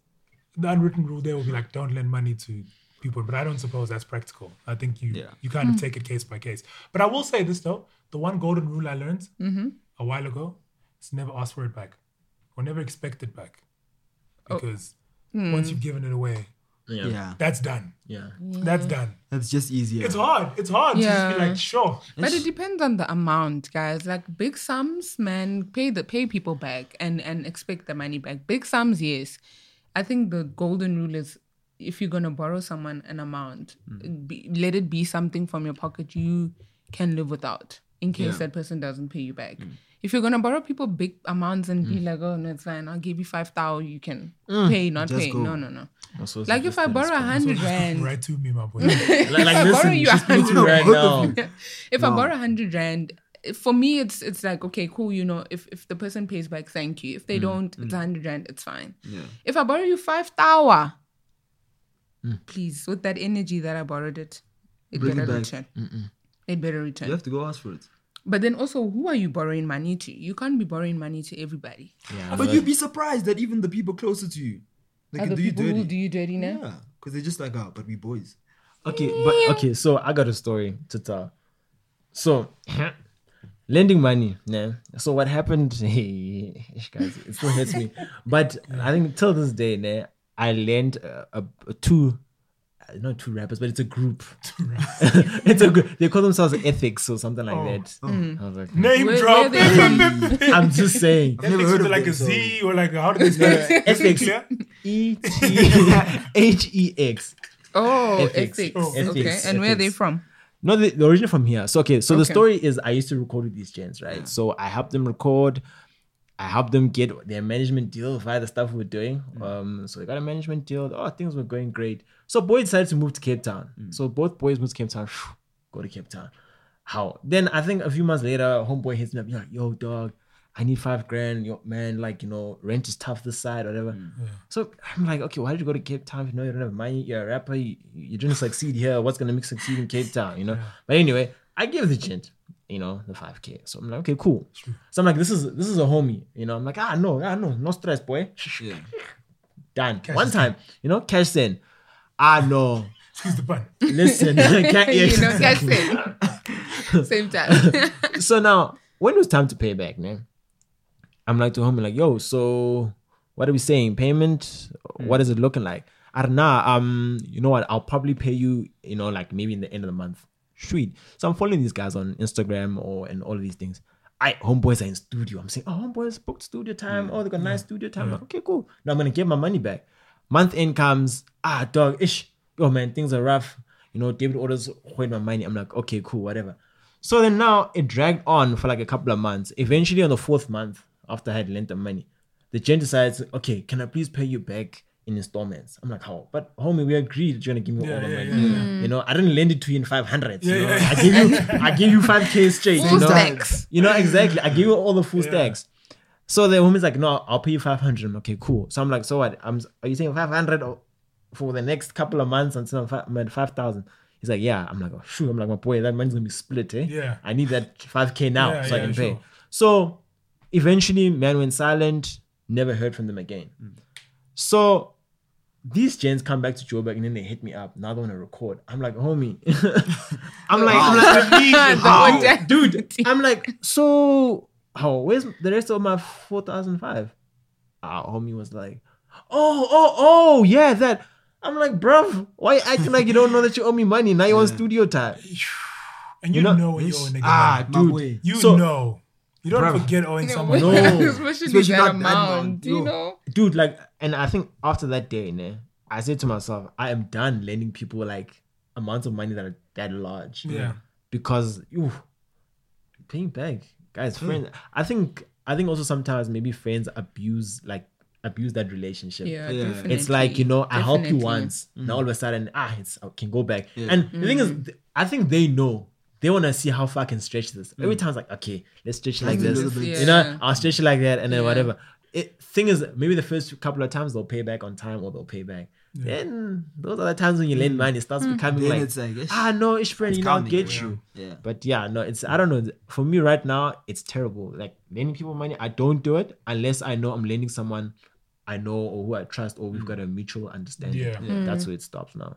the unwritten rule there will be like don't lend money to people but i don't suppose that's practical i think you
Yeah.
you
Mm.
kind of take it case by case but i will say this though the one golden rule i learned
Mm-hmm.
a while ago is never ask for it back or never expect it back
Oh.
because
Hmm.
once you've given it away
yeah.
Yeah.
that's done
Yeah.
that's done
That's just easier.
it's hard it's hard to just be
Yeah.
like sure
But it depends on the amount, guys. Like big sums, man, pay the pay people back and and expect the money back. Big sums, yes. I think the golden rule is if you're gonna borrow someone an amount,
Mm.
be, let it be something from your pocket you can live without in case that person doesn't pay you back.
Mm.
If you're gonna borrow people big amounts and be like, oh no, it's fine, I'll give you five thousand, you can pay, not
Mm. Just
pay.
go.
No, no, no.
Also,
Like if I borrow a hundred rand,
right to me my boy
like, like
I borrow
listen,
you
just
a
do it right now.
if I borrow a hundred rand, for me it's it's like okay, cool. You know, if if the person pays back, thank you.
Mm,
If they don't, it's a hundred rand, it's fine.
Yeah.
If I borrow you five tower, please with that energy that I borrowed it, it
Mm. Bring it
better
back.
return. It better return.
You have to go ask for it.
But then also, who are you borrowing money to? You can't be borrowing money to everybody.
Yeah,
But you'd be surprised that even the people closer to you, they
Other
can do you
people who will do
dirty.
you dirty now.
Yeah. Because they're just like, oh, but we boys.
Okay, but okay, so I got a story to tell. So lending money. Yeah. So what happened? ish, guys, it still hurts me. But I think till this day, nah, I lent uh, a, a two, uh, not two rappers, but it's a group. it's a group. They call themselves Ethics or something like that. I was like,
Name
Where-
drop.
where
I'm just saying.
Never
Ethics
heard
with
of
like
them,
a
so-
Z or like a, how do they spell it? Is it
Ethics.
clear?
E T H E X.
Oh,
Ethics.
ethics.
Oh.
Okay.
Ethics,
And where are they
ethics.
from?
No, the, the originally from here. So okay, so the
Okay.
story is I used to record with these gents, right? So I helped them record. I helped them get their management deal via the stuff we were doing. Um, so we got a management deal. Oh, things were going great. So boy decided to move to Cape Town. So both boys moved to Cape Town. Phew, Go to Cape Town. How? Then I think a few months later, homeboy hits me up. Like, yo, dog, I need five grand. Yo, man, like you know, rent is tough this side, whatever. So I'm like, okay, why did you go to Cape Town? if You know, you don't have money. You're a rapper. You, you didn't succeed here. What's gonna make succeed in Cape Town? You know. But anyway, I give the gent, you know, the five k. So I'm like, okay, cool. So I'm like, this is this is a homie. You know, I'm like, ah, no, ah, no, no stress, boy.
Yeah.
Done. One time, you know, cash send. Ah, no.
Excuse the pun.
Listen, ca-
you know,
yes.
guys, same. same time.
so now when it was time to pay back, man, I'm like to homie like, yo, so what are we saying? Payment? What is it looking like? I don't know. Um, you know what? I'll probably pay you, you know, like maybe in the end of the month. Sweet. So I'm following these guys on Instagram or and all of these things. I homeboys are in studio. I'm saying, oh, homeboys booked studio time. Oh, they got nice studio time. Like, okay, cool. Now I'm gonna get my money back. Month end comes. Ah, dog, ish. Yo, man, things are rough. You know, David orders when my money. I'm like, okay, cool, whatever. So then now it dragged on for like a couple of months. Eventually, on the fourth month, after I had lent the money, the gent decides, okay, can I please pay you back in installments? I'm like, how? But homie, we agreed that you're gonna give me all the
yeah,
money. You know, I didn't lend it to you in 500. you know?
Yeah, yeah.
I gave you, I gave you 5k straight.
Full
you know?
stacks.
You know exactly. I give you all the full stacks. So the woman's like, no, I'll pay you 500. I'm, okay, cool. So I'm like, so what? I'm, are you saying 500 or- for the next couple of months until I'm, fi- I'm at 5,000? He's like, yeah. I'm like, oh, shoot. I'm like, my boy, that money's going to be split, eh?
Yeah.
I need that 5K now
Yeah,
so I
yeah,
can pay.
sure.
So eventually, man went silent, never heard from them again.
Mm.
So these gents come back to Joburg and then they hit me up. Now they want to record. I'm like, homie. I'm
Oh,
like, I'm like,
The order.
dude. I'm like, so how? Where's the rest of my four thousand five? Our homie was like, oh, oh, oh, yeah, that. I'm like, bruv, why you acting like you don't know that you owe me money? Now you want studio time.
And
You
you,
know-
know, when you owe a nigga.
Ah,
money.
My
dude.
way.
you
so-
know. You don't
Bruh.
forget owing someone.
No.
Especially
Especially
that
not that
amount,
amount,
you
no.
know?
Dude, like, and I think after that day, ne, I said to myself, I am done lending people like amounts of money that are that large.
Yeah.
Because you paying back. Guys, friends. I think I think also sometimes maybe friends abuse like abuse that relationship.
Yeah,
Yeah.
definitely.
It's like, you know, I helped you
Definitely.
once. Now all of a sudden, ah, it's, I can go back.
Yeah.
And the thing is, th- I think they know. They want to see how far I can stretch this. Every time it's like, okay, let's stretch it like this.
Let's do a little bit.
You know,
Yeah.
I'll stretch it like that and then
Yeah.
whatever. It, thing is, maybe the first couple of times they'll pay back on time or they'll pay back. Then those are the times when you lend money, it starts becoming
Then
like,
it's like, eh,
ah, no, it's friend,
it's
you know, I'll
coming,
get
yeah.
you.
Yeah.
But yeah, no, it's I don't know. For me right now, it's terrible. Like lending people money, I don't do it unless I know I'm lending someone I know or who I trust or we've got a mutual understanding.
Mm. Yeah.
That's where it stops now.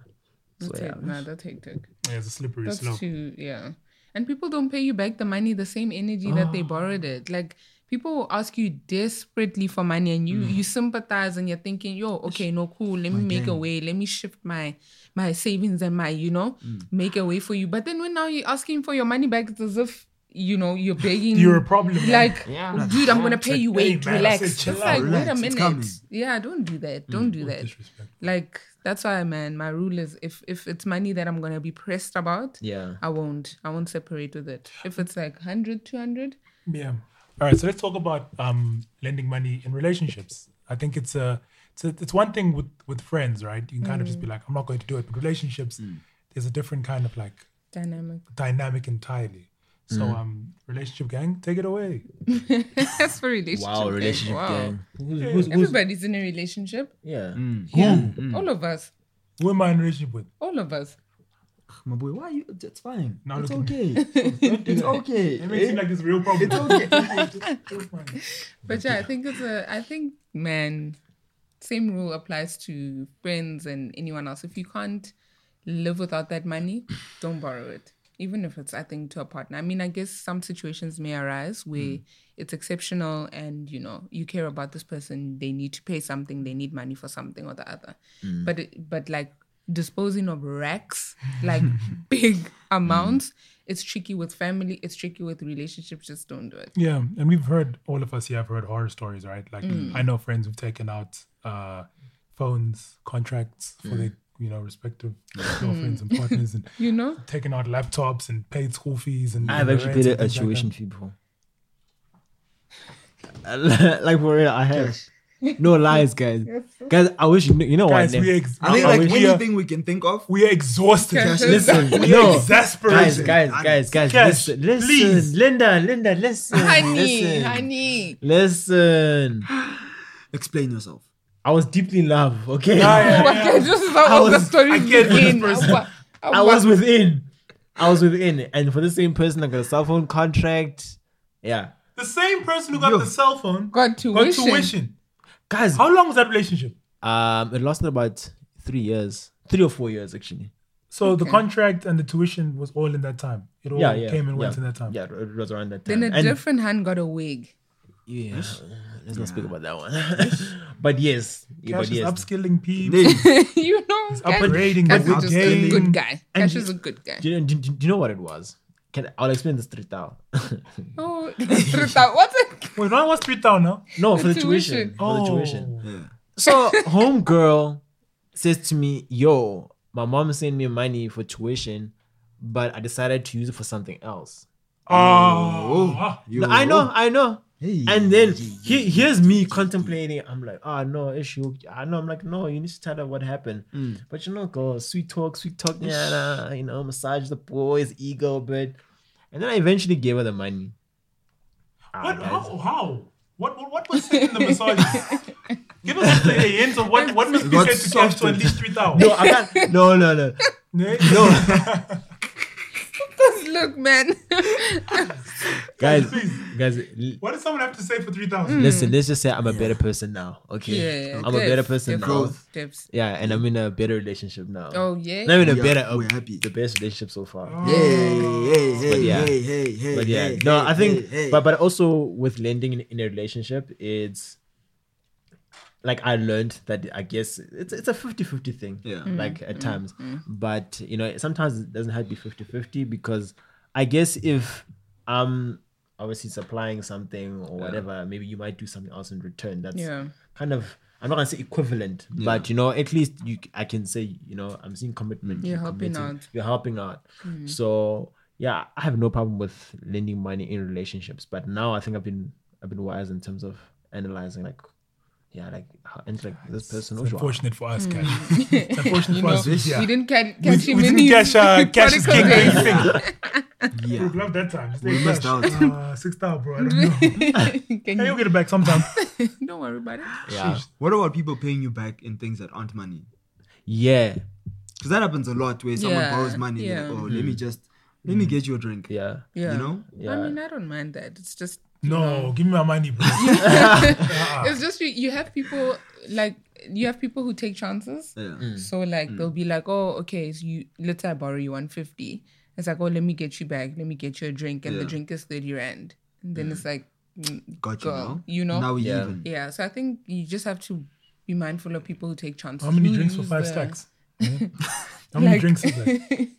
So
That's
yeah.
hec- nah, that's hectic.
Yeah, it's a slippery
That's
slope.
too, yeah. And people don't pay you back the money the same energy that they borrowed it. Like people will ask you desperately for money, and you you sympathize, and you're thinking, "Yo, okay, no, cool. Let me make a way. Let me shift my my savings and my, you know, make a way for you." But then when now you're asking for your money back, it's as if you know you're begging.
You're a problem. man.
like,
Yeah.
dude, I'm gonna pay you.
Hey,
Wait,
man, I
relax.
said chill
It's
out,
like, wait
relax,
a
it's
minute.
coming.
Yeah, don't do that. Don't do that.
Mm, Disrespect.
Like that's why, man. My rule is if if it's money that I'm gonna be pressed about,
Yeah.
I won't. I won't separate with it. If it's like 100, 200,
Yeah. All right. So let's talk about um, lending money in relationships. I think it's a, it's, a, it's one thing with with friends, right? You can kind of just be
Mm.
like, I'm not going to do it. But relationships,
Mm.
there's a different kind of like
dynamic.
dynamic entirely. So
Mm.
um, relationship gang, take it away.
That's for relationship.
Wow,
gang.
relationship
Wow.
game. Who's, who's, who's,
Everybody's in a relationship.
yeah.
Mm.
Yeah.
Mm.
All of us.
Who am I in relationship with?
All of us.
My boy, why you? It's fine.
Now
it's
look at
okay. it's okay.
It makes it seem like this real problem.
But yeah, I think it's a I think man, same rule applies to friends and anyone else. If you can't live without that money, don't borrow it. even if it's I think to a partner. I mean, I guess some situations may arise where it's exceptional and you know you care about this person. They need to pay something. They need money for something or the other. But it, but like disposing of racks, like big amounts, it's tricky with family. It's tricky with relationships. Just don't do it.
Yeah, and we've heard all of us here have heard horror stories, right? Like
Mm.
I know friends who've taken out uh, phones, contracts for their you know respective girlfriends and partners, and
Mm. You know.
taken out laptops and paid school fees. And
I've actually
rents
paid
and
a, a
things like
tuition fee before. like for real, I have. No lies, guys. Guys, I wish you knew, you know
that.
what?
Guys, we ex-
I think
are-
I
like
we are-
anything we can think of.
we are exhausted.
Cash is-
listen,
we are
no, guys,
exasperated.
guys, guys, guys,
Cash,
listen, listen,
please.
Linda, Linda, listen,
Honey,
listen,
honey.
listen.
Explain yourself.
I was deeply in love. Okay,
yeah.
But Oh, I just how all the
was-
stories
get this
begin.
person.
Awa-
I
awa-
was within. I was within, and for the same person, I got a cell phone contract. Yeah,
The same person who got
Yo.
the cell phone
got
got
tuition.
tuition.
guys.
How long was that relationship?
Um, it lasted about three years, three or four years actually.
So the contract and the tuition was all in that time. It all
yeah, yeah,
came and
yeah,
went in that time.
Yeah, it was around that time.
Then a
And-
different hand got a wig.
yeah, let's not speak about that one. but yes, yeah,
Cash
but
is
yes.
upskilling people.
Name.
you know, Cash,
upgrading
Cash
the
is just a
game.
good guy.
And
Cash
you-
is a good guy.
do, you, do, do you know what it was? Can I'll explain this straight out.
Oh, Trita, what's it?
Wait, no, it was three down, no?
no, for the tuition.
Tuition. Oh.
For the
Oh.
tuition.
yeah.
So homegirl says to me, "Yo, my mom sent me money for tuition, but I decided to use it for something else."
Oh,
You-
I know, I know.
Hey.
And then he, here's me contemplating. I'm like, oh no, issue. I know. I'm like, no, you need to tell her what happened.
Mm.
But you know, girl, sweet talk, sweet talk. Yeah, nah, you know, massage the boy's ego a bit. And then I eventually gave her the money. Ah,
what,
guys.
how, how? What, what, what was said in the massage? Give us a hint of what, what must be
Got
said to Cash to
softened.
unleash three down.
No, I can't. No, no, no.
No.
Look, man.
Guys,
Please.
guys, l-
What does someone have to say for 3,000?
listen, let's just say I'm a better person now. Okay.
Mm. yeah,
I'm a better person now.
Growth.
Steps.
Yeah, and I'm in a better relationship now.
Oh yeah.
Not even a
We are-
better, a-
we're happy.
the best relationship so far.
Ah.
Hey, hey, hey,
yeah.
hey, hey, hey,
but yeah,
hey,
no,
hey,
I think,
hey, hey.
but but also with lending in, in a relationship, it's like I learned that I guess it's it's a 50-50 thing.
Yeah.
Mm,
Like at times, but you know, sometimes it doesn't have to be 50-50 because I guess if I'm obviously supplying something or whatever, maybe you might do something else in return. That's
Yeah.
kind of. I'm not gonna say equivalent, but you know, at least you, I can say, you know, I'm seeing commitment.
You're helping
committing
out. Mm.
you're helping out. So yeah, I have no problem with lending money in relationships, but now I think I've been I've been wise in terms of analyzing like yeah, like how and like this person
It's
was
unfortunate for us, Cash. It's unfortunate
Mm. You
for
know,
us. Yeah.
we didn't ca-
We-
catch him
we
in
didn't
his
catch, uh, Cash is king.
prodigal days.
We
yeah.
would love that time. It's
We
like
missed
Cash.
out.
Uh, six down, bro. I don't know. hey,
Can
you'll
you-
get it back sometime.
Don't worry about it.
Yeah.
What about people paying you back in things that aren't money?
Yeah.
Because that happens a lot where someone
Yeah,
borrows money and they're like,
yeah.
oh, let me just, let me get you a drink.
Mm. Yeah.
Yeah.
You know?
Yeah.
I mean, I don't mind that. It's just
No, give me my money, bro. Ah.
it's just you, you have people like you have people who take chances.
Yeah.
Mm.
So like they'll be like, oh, okay, so you let's say I borrow you one fifty. It's like, oh, let me get you back. Let me get you a drink, and the
Yeah.
drink is thirty rand. And then it's like, mm,
Got you
Girl,
now.
you know?
Now we
Yeah.
even.
yeah. So I think you just have to be mindful of people who take chances.
How many
who
drinks for
use
five
the-
stacks? Yeah. How many
Like-
drinks is that?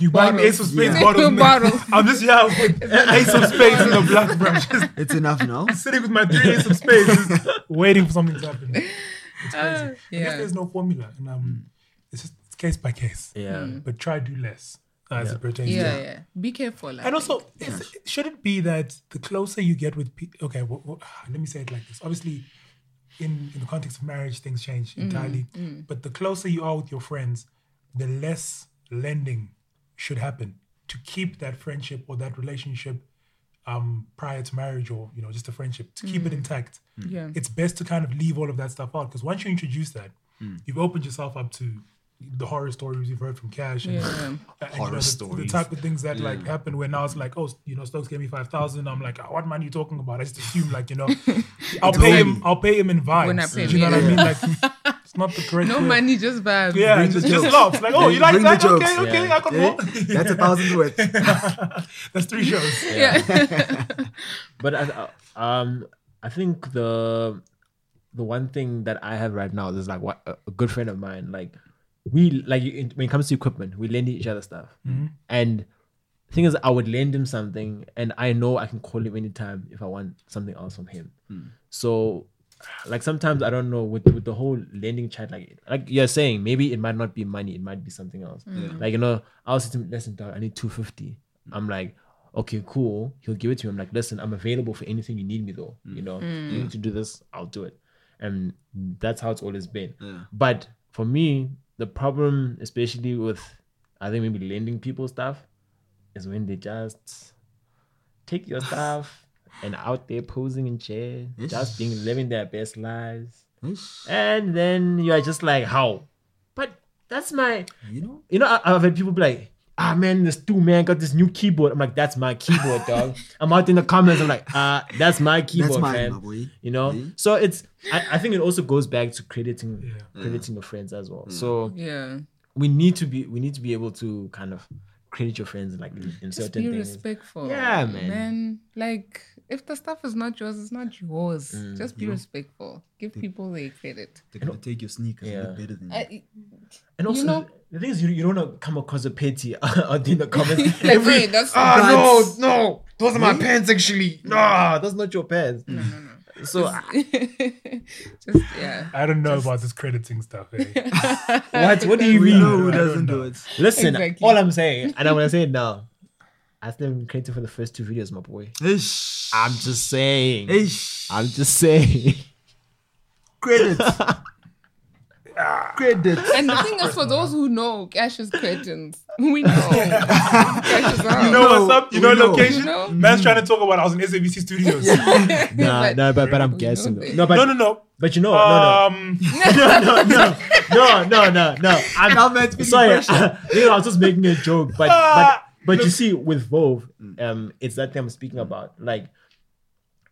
You buy an ace of spades
Yeah.
bottle.
Bottle.
I'm just yeah, with ace of spades in the black brush. Just
It's enough now.
sitting with my three ace of spades, just waiting for something to happen.
Ah,
I guess
yeah.
there's no formula, and
Mm.
um, it's just it's case by case.
Yeah.
But try do less uh, as it pertains. to
yeah, yeah. Be careful. I
and
think.
also, is, should it be that the closer you get with people, okay, wh- wh- let me say it like this. Obviously, in, in the context of marriage, things
Mm,
change entirely. But the closer you are with your friends, the less lending should happen to keep that friendship or that relationship um, prior to marriage or, you know, just a friendship, to keep it intact.
Mm. Yeah.
It's best to kind of leave all of that stuff out because once you introduce that,
Mm.
you've opened yourself up to the horror stories you've heard from Cash and
Yeah.
and, you know,
Horror
the,
stories.
The type of things that like happen where now it's like, oh, you know, Stokes gave me five thousand. I'm like, "Ah, what man are you talking about? I just assume like, you know, I'll pay him. I'll pay him in vibes.
When I pay
Do you know
him,
what I mean? Like, It's not the correct.
No
word.
money, just vibes.
Yeah,
Bring the
just, just
jokes.
laughs. Like, oh,
Yeah,
you like
bring the
that?
jokes.
Okay, okay,
Yeah.
I got
Okay?
more.
That's a thousand words.
That's three shows.
Yeah.
But I, I- um, I think the the one thing that I have right now is like what a a good friend of mine. Like we like in- when it comes to equipment, we lend each other stuff. And thing is, I would lend him something, and I know I can call him anytime if I want something else from him. So. Like sometimes I don't know with with the whole lending chat like like you're saying maybe it might not be money it might be something else like you know I'll say to him listen dog I need two fifty I'm like okay, cool. He'll give it to him. Like, listen, I'm available for anything you need me though. You know, you need to do this, I'll do it. And that's how it's always been.
Yeah.
But for me, the problem, especially with I think maybe lending people stuff, is when they just take your stuff and out there posing in chairs, just being living their best lives.
Ish.
And then you are just like, how? But that's my
You know?
you know, I, I've had people be like, ah, man, this dude, man, got this new keyboard. I'm like, that's my keyboard, dog. I'm out in the comments. I'm like, ah, that's my keyboard,
That's mine,
man.
my boy.
You know?
See?
So it's, I, I think it also goes back to crediting,
Yeah.
crediting your friends as
Mm.
well. So
yeah.
we need to be, we need to be able to kind of credit your friends like in in
Just
certain
be
things.
respectful.
Yeah, man.
Then, like, if the stuff is not yours, it's not yours.
Mm,
Just be respectful. Give people their credit.
They're gonna take your sneakers and look
Yeah.
Mm.
better than you.
I,
And also,
know-
the thing is, you, you don't want to come across a petty out in the comments.
like, wait, that's
Ah,
That's-
no, no. Those are my pants, actually. Ah. No, that's not your pants. So
just yeah.
I don't know about this crediting stuff. eh?
what? What do you
we
mean?
know who
I don't
doesn't do
know.
it.
Listen,
Exactly.
all I'm saying, and I'm gonna say it now. I still haven't created for the first two videos, my boy.
Ish.
I'm just saying.
Ish.
I'm just saying.
Credit. Credit.
And the thing is, for those who know, cash is curtains. We know. cash is out.
You know what's
No,
up? You
we
know
know.
location?
You know?
Man's trying to talk about I was in SABC Studios.
Nah,
But-
nah, but, but I'm
We
guessing.
know
though.
this.
No, but
No, no, no.
But you know,
Um,
no, no, no, no, no, no, no, no. I'm
Now man's feeling
sorry.
pressure.
you know, I was just making a joke, but but
Ah,
but you see, with Vove, um, it's that thing I'm speaking about. Like,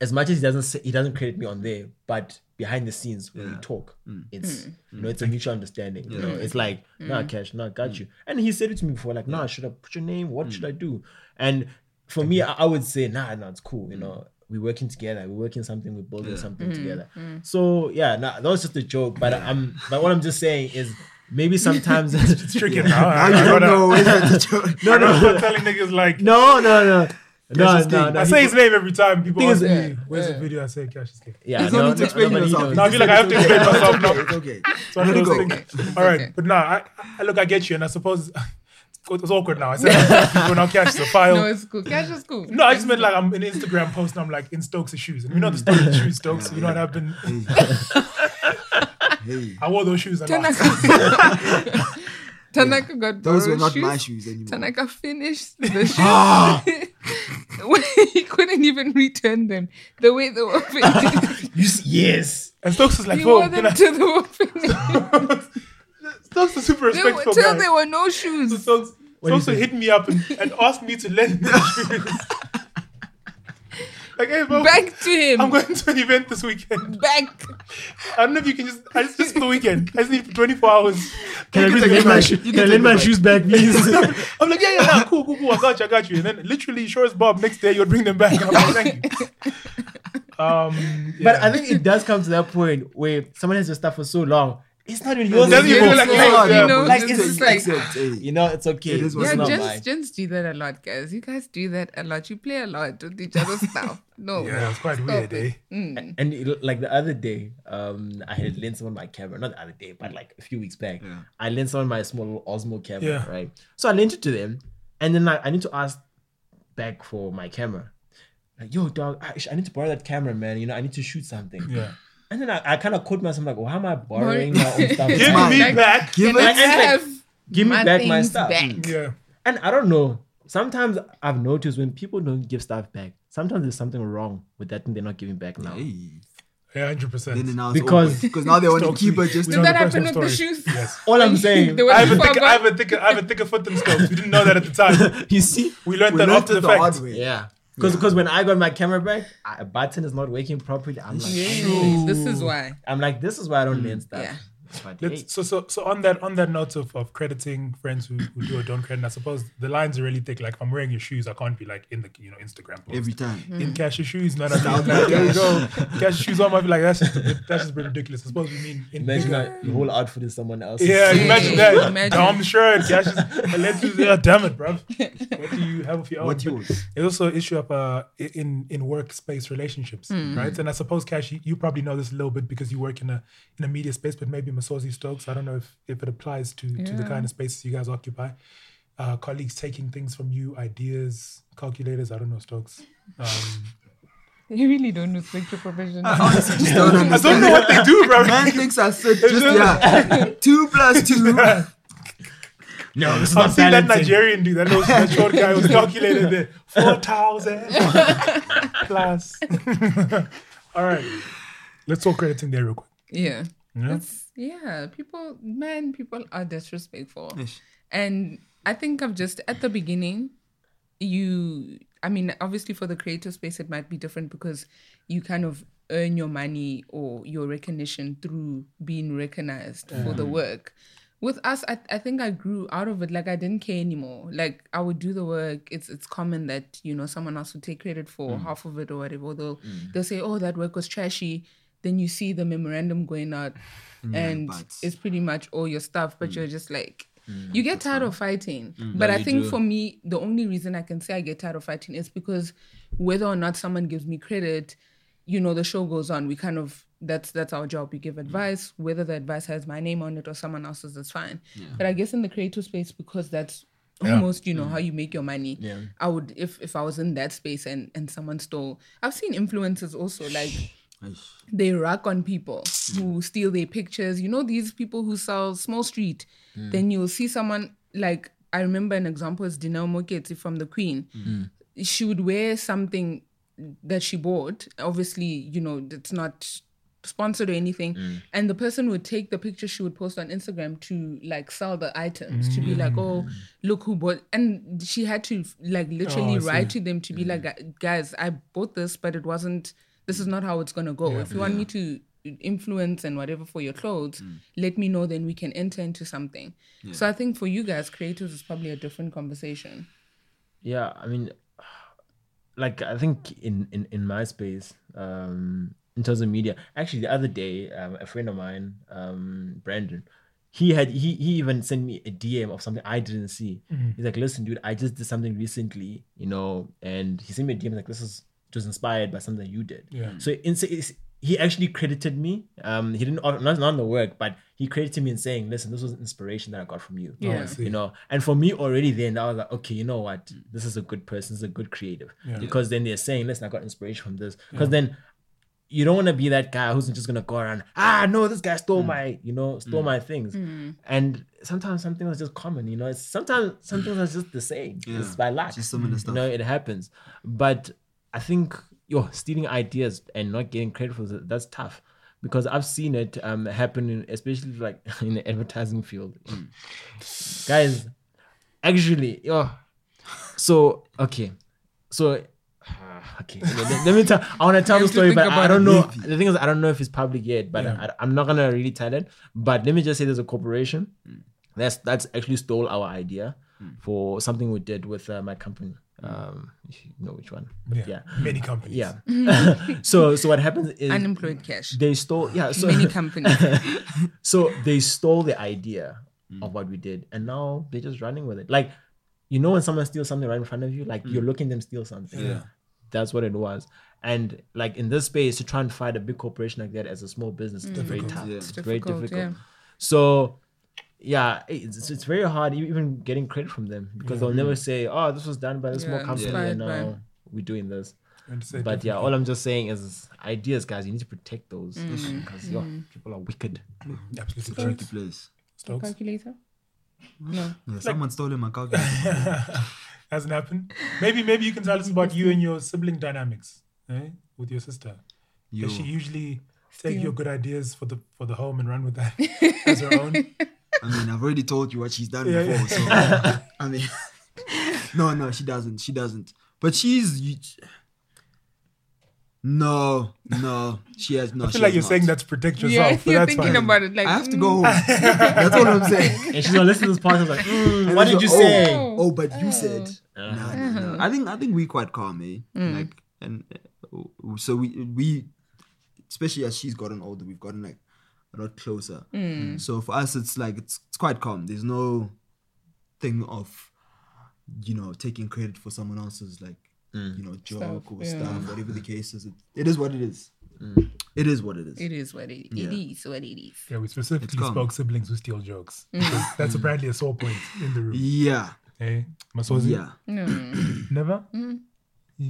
as much as he doesn't say, he doesn't credit me on there, but behind the scenes when we
Yeah.
talk, it's you know, it's a mutual understanding. You know, it's like, nah, Cash, nah, got you. And he said it to me before, like, nah, should I put your name? What should I do? And for me, I, I would say, nah, nah, it's cool. You know, we're working together. We're working something. We're building something together. So yeah, nah, that was just a joke. But I'm, but what I'm just saying is maybe sometimes it's
tricky now. I,
I
I
don't
gotta-
know whether it's a joke.
I gotta start telling niggas like.
No, no, no, no,
Cash is
no,
king.
no.
I
he-
say his name every time. People
Thing
ask
is,
me,
yeah,
"Where's the
yeah.
video?" I say, "Cash is king."
yeah,
It's no need to explain
but he
yourself.
knows.
Now I feel like I have to explain myself now.
It's okay.
So I don't
Let it
think-
go.
All right,
okay.
but now I, I look, I get you, and I suppose it was awkward. Now I said, "People now cash the file."
No, it's cool. Cash is cool.
No, I just meant like I'm an Instagram post and I'm like in Stokes' shoes. And we know the story of shoes, Stokes. You know what happened?
Hey.
I wore those shoes a lot.
Tanaka. Tanaka got
Those were
borrowed
not
Oh, shoes.
my shoes anymore.
Tanaka finished the shoes. he couldn't even return them the way they were finished.
You s- yes.
And Stokes was like,
he
oh,
wore
you
them
know,
till they were finished.
Stokes is super
There were,
respectful
till
guy.
there were no shoes.
Stokes,
do you
Stokes
think?
hit me up and, and asked me to lend him shoes. like, hey, bro,
Back to him.
I'm going to an event this weekend.
Back.
I don't know if you can just, I just, just for the weekend. I just need for 24 hours.
Can I
can
please
take
lend
it
my
back.
shoe-
You can
can I
take
lend
it
my
back.
shoes back, please?
I'm like, yeah, yeah, nah, cool, cool, cool. I got you, I got you. And then literally, sure as Bob, next day you'd bring them back. And I'm like, thank you. Um,
But
yeah.
I think it does come to that point where someone has your stuff for so long, it's not even yours.
doesn't
anymore.
even look like
Yeah,
yours,
you
yeah.
know,
Like,
it's
it's
just
just
like
You know, it's okay.
It is what
it's
Yeah,
it
not
is.
gents,
mine.
gents do that a lot, guys. You guys do that a lot. You play a lot with each other's stuff. No.
Yeah, it's quite
stop
weird, eh?
it. Mm.
And it- like the other day, um, I had lent someone my camera. Not the other day, but like a few weeks back,
Yeah.
I lent someone my small little Osmo camera,
Yeah.
right? So I lent it to them, and then like, I need to ask back for my camera. Like, yo, dog, I, I need to borrow that camera, man. You know, I need to shoot something.
Yeah.
And then I, I kind of caught myself like, why am I borrowing my own stuff?
Give
mine.
me
Like-
back.
Give
Can I
it.
have
Give me
my
back my
things
stuff. Mm.
back?
Yeah.
And I don't know. Sometimes I've noticed when people don't give stuff back, sometimes there's something wrong with that thing they're not giving back now.
Hey.
Yeah, hundred
Then and
percent.
now it's
Because-
because now they want to
Stokes,
keep
we-
it just
we
Did
know
that
the
happen
personal
with the
story.
shoes?
Yes.
All I'm
They
saying,
were
I have a
before
thicker, I
God.
have a thicker, I have a thicker foot than Stokes. We didn't know that at the time.
you see,
We learned
we
that
learned
after
it
the
the hard
fact.
way.
yeah, because when I got my camera back, I- a button is not working properly. I'm like,
Yes, This is why.
I'm like, this is why I don't lend stuff.
Yeah.
But hey,
Let's, so so so on that on that note of, of crediting friends who, who do or don't credit, I suppose the lines are really thick. Like if I'm wearing your shoes, I can't be like in the you know Instagram post.
every time.
Mm.
in cash your shoes, no, no, no. Like, there we go. Cash your shoes on, might be like that's just a bit, that's just a bit ridiculous. I suppose we mean in
Imagine that your whole outfit is someone else's.
yeah, imagine that.
Imagine.
Dumb shirt, cash is, let's use, yeah, damn it, bruv. What do you have with your own?
What
But-
you want?
It's also an issue of uh, i- in in workspace relationships,
Hmm.
right? And I suppose Cash, you, you probably know this a little bit because you work in a in a media space, but maybe Masozi Stokes. I don't know if, if it applies to to the
Yeah.
kind of spaces you guys occupy. Uh, colleagues taking things from you, ideas, calculators. I don't know Stokes. Um,
You really don't respect your profession.
Uh,
Honestly, just don't
I don't
understand.
know what they do, bro.
Man thinks I said just yeah. Two plus two.
No, this is
I've
not
seen that
balancing.
Nigerian dude, that little that short guy was calculated there. 4,000 plus. All right. Let's talk crediting there real quick.
yeah.
Yeah.
It's yeah, people man, people are disrespectful.
Yes.
And I think I've just at the beginning, you I mean, obviously for the creative space it might be different because you kind of earn your money or your recognition through being recognized for the work. With us, I, I think I grew out of it. Like I didn't care anymore. Like I would do the work. It's it's common that you know someone else would take credit for half of it or whatever. Or They'll they'll say, "Oh, that work was trashy." Then you see the memorandum going out, and
but-
it's pretty much all your stuff. But you're just like, you get tired of fighting. But
Yeah,
I
you
think
do.
for me, the only reason I can say I get tired of fighting is because whether or not someone gives me credit, you know, the show goes on. We kind of that's that's our job. We give advice. Whether the advice has my name on it or someone else's, that's fine. But I guess in the creative space, because that's almost you know how you make your money.
Yeah.
I would if if I was in that space and and someone stole. I've seen influencers also like they rack on people who steal their pictures. You know, these people who sell small street. Then you'll see someone like I remember an example is Dinah Moketi from The Queen. She would wear something that she bought. Obviously, you know, it's not sponsored or anything. And the person would take the picture she would post on Instagram to like sell the items to
Mm.
be like, oh, look who bought. And she had to like literally
Oh, I see.
write to them to be like, "Gu- guys, I bought this, but it wasn't. This is not how it's gonna go. If you want me to influence and whatever for your clothes, let me know. Then we can enter into something. So I think for you guys, creatives is probably a different conversation.
yeah i mean like i think in in, in my space um in terms of media actually the other day um, a friend of mine um brandon he had he, he even sent me a dm of something i didn't see he's like listen dude i just did something recently you know and he sent me a dm like this is just inspired by something you did
Yeah.
so in, so it's- he actually credited me um he didn't not, not on the work but he credited me in saying listen this was inspiration that i got from you
Yeah. I
see.
you know and for me already then i was like okay you know what this is a good person this is a good creative
Yeah.
because then they're saying listen i got inspiration from this because then you don't want to be that guy who's just gonna go around ah no this guy stole my you know stole my things and sometimes some things are just common you know it's sometimes some things are just the same
Yeah.
it's by luck
Just similar
Mm. you
stuff.
know it happens but i think yo stealing ideas and not getting credit for that, that's tough because I've seen it um, happen, in, especially like in the advertising field.
Mm.
Guys, actually, yo, so okay, so ah, okay. Let, let- let me tell. I want to tell
You
the
have to
story,
think
but I, I
about
don't
it.
know. The thing is, I don't know if it's public yet, but I, I'm not gonna really tell it. But let me just say, there's a corporation that's that's actually stole our idea for something we did with uh, my company. Um, if you know which one? But
Yeah.
yeah.
Many companies.
Yeah. so so what happens is
Unemployed cash.
they stole yeah so
Many companies.
so they stole the idea of what we did and now they're just running with it like you know when someone steals something right in front of you like you're looking them steal something
Yeah.
that's what it was and like in this space to try and fight a big corporation like that as a small business is very tough
Yeah.
it's
It's
very
difficult,
difficult so yeah it's, it's- it's very hard e- even getting credit from them because they'll never
Mm-hmm.
say oh this was done by a small
Yeah,
company
inspired
and
by-
now we're doing this
And to say
but yeah,
different-
all I'm just saying is ideas, guys. You need to protect those
Mm.
because yo,
Mm-hmm.
people are wicked.
absolutely
Tricky
correct.
place.
Stokes.
Calculator. No.
Yeah, someone stole my calculator.
Hasn't happened. Maybe maybe you can tell us about you and your sibling dynamics, eh? With your sister.
Yo.
Does she usually take
Steal.
your good ideas for the for the home and run with that as her own?
I mean, I've already told you what she's done
Yeah,
before. So, I mean, no, no, she doesn't. She doesn't. But she's. you- No, no, she has not.
I feel
she
like
has
you're
not.
saying that's predict yourself.
yeah,
but
you're
that's
thinking
fine.
about it like
I have to
mm,
go home. that's all I'm saying.
And she's gonna listen to this podcast like, mm,
And
what
then
did you
she's like,
say?
Oh, oh, but you said.
Uh-huh.
Nah, nah, nah. I think I think we quite calm, eh? Like, and uh, so we we, especially as she's gotten older, we've gotten like a lot closer. So for us, it's like it's, it's quite calm. There's no thing of, you know, taking credit for someone else's like,
Mm.
you know, joke or
yeah.
stuff, whatever the case is. It, it is what it is.
Mm.
It is what it is.
It is what it, it is. What it is.
Yeah, we specifically
calm.
spoke siblings who steal jokes.
Mm.
Because That's apparently a sore point in the room.
Yeah,
Hey, Maswazi,
yeah.
No,
never. You
Mm.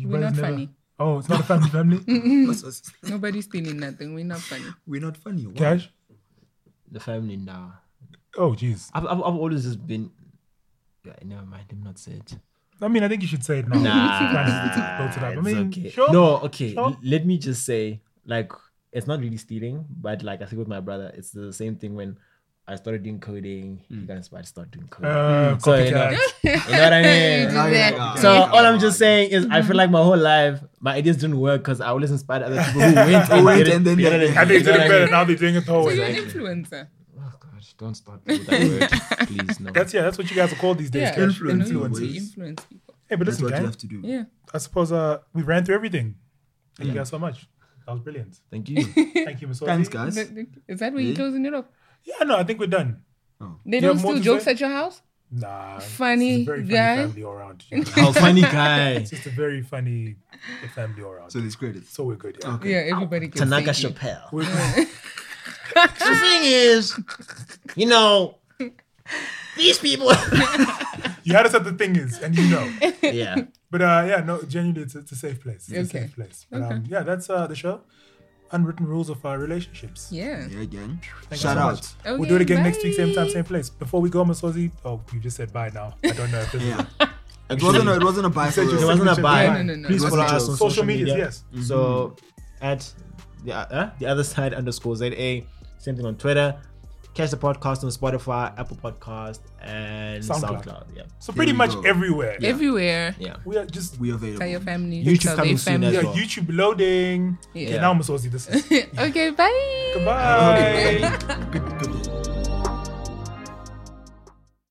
we're
guys
not
never-
funny.
Oh, it's not a family family.
What's- what's-
Nobody's stealing nothing. We're not funny.
We're not funny. Why?
Cash.
The family now.
Oh, jeez.
I've, I've, I've always just been. Yeah, never mind. I'm not said.
I mean, I think you should say it now. Nah, built it up. I mean,
okay.
sure.
No, okay.
sure.
l- Let me just say, like, it's not really stealing, but like I think with my brother, it's the same thing when I started doing coding, he got inspired to start doing coding.
Uh,
Mm.
So, you know,
copycat.
you know what I mean?
Oh,
You did
yeah,
that.
yeah.
So
Yeah.
all I'm just saying is I feel like my whole life my ideas didn't work because I always inspired other people who went and,
Went
did it
and then
better
they-
than
I
me.
think they're
You know what
better.
mean?
Now they're doing it the whole
So
way.
you're an influencer.
Oh gosh, don't start with that word, please. No.
That's yeah. That's what you guys are called these days.
Yeah,
Cash
I know you
Influencers.
want to
influencers.
influence people.
Hey, but
That's
listen,
what you
gang.
have to do.
Yeah.
I suppose uh, we ran through everything. Thank you guys so much. That was brilliant.
Thank you.
Thank you, Miss
Thanks,
Ozzy.
guys.
Th- th- Is that where you're
Really?
closing it up?
Yeah, no, I think we're done.
They
You have
don't
more
steal
to
jokes
say?
at your house?
Nah. this is a
Funny
very
guy.
Funny family all around.
Oh, funny guy.
It's just a very funny family all around.
So
So,
there's credits.
we're good. Yeah.
Okay.
Yeah, everybody can
Tanaka
say it.
Chappelle.
We're-
the thing is, you know, these people.
you had us at the thing is, and you know.
yeah.
But uh, yeah, no, genuinely, it's, it's a safe place. It's a
Okay.
safe place. But um, yeah, that's uh, the show. Unwritten rules of our relationships.
Yeah.
Yeah, gang.
Thank you
Shout
so
out.
much. we'll do it
Okay,
again next week, same time,
bye.
same place. Before we go, Masozi, oh, you just said bye now. I don't know if this
Yeah.
is
It wasn't a, it wasn't a buy for
said you
It
real.
said-
wasn't a
Signature
buy.
design.
No, no, no.
Please
It
follow
wasn't
us
a
on
social
social,
medias,
media. Mm-hmm.
yes.
So at the, uh, the other side underscore za. Same thing on Twitter. Catch the podcast on Spotify, Apple Podcast, and
SoundCloud.
SoundCloud. Yeah.
So pretty
we
much
go.
everywhere.
Everywhere.
Yeah.
We are just
We
Tell your
available.
family.
YouTube
tell
coming
their
soon
we
as
are
family.
well.
YouTube loading.
Yeah.
Okay, now Masozi, this is
okay, bye.
goodbye.
Good, good.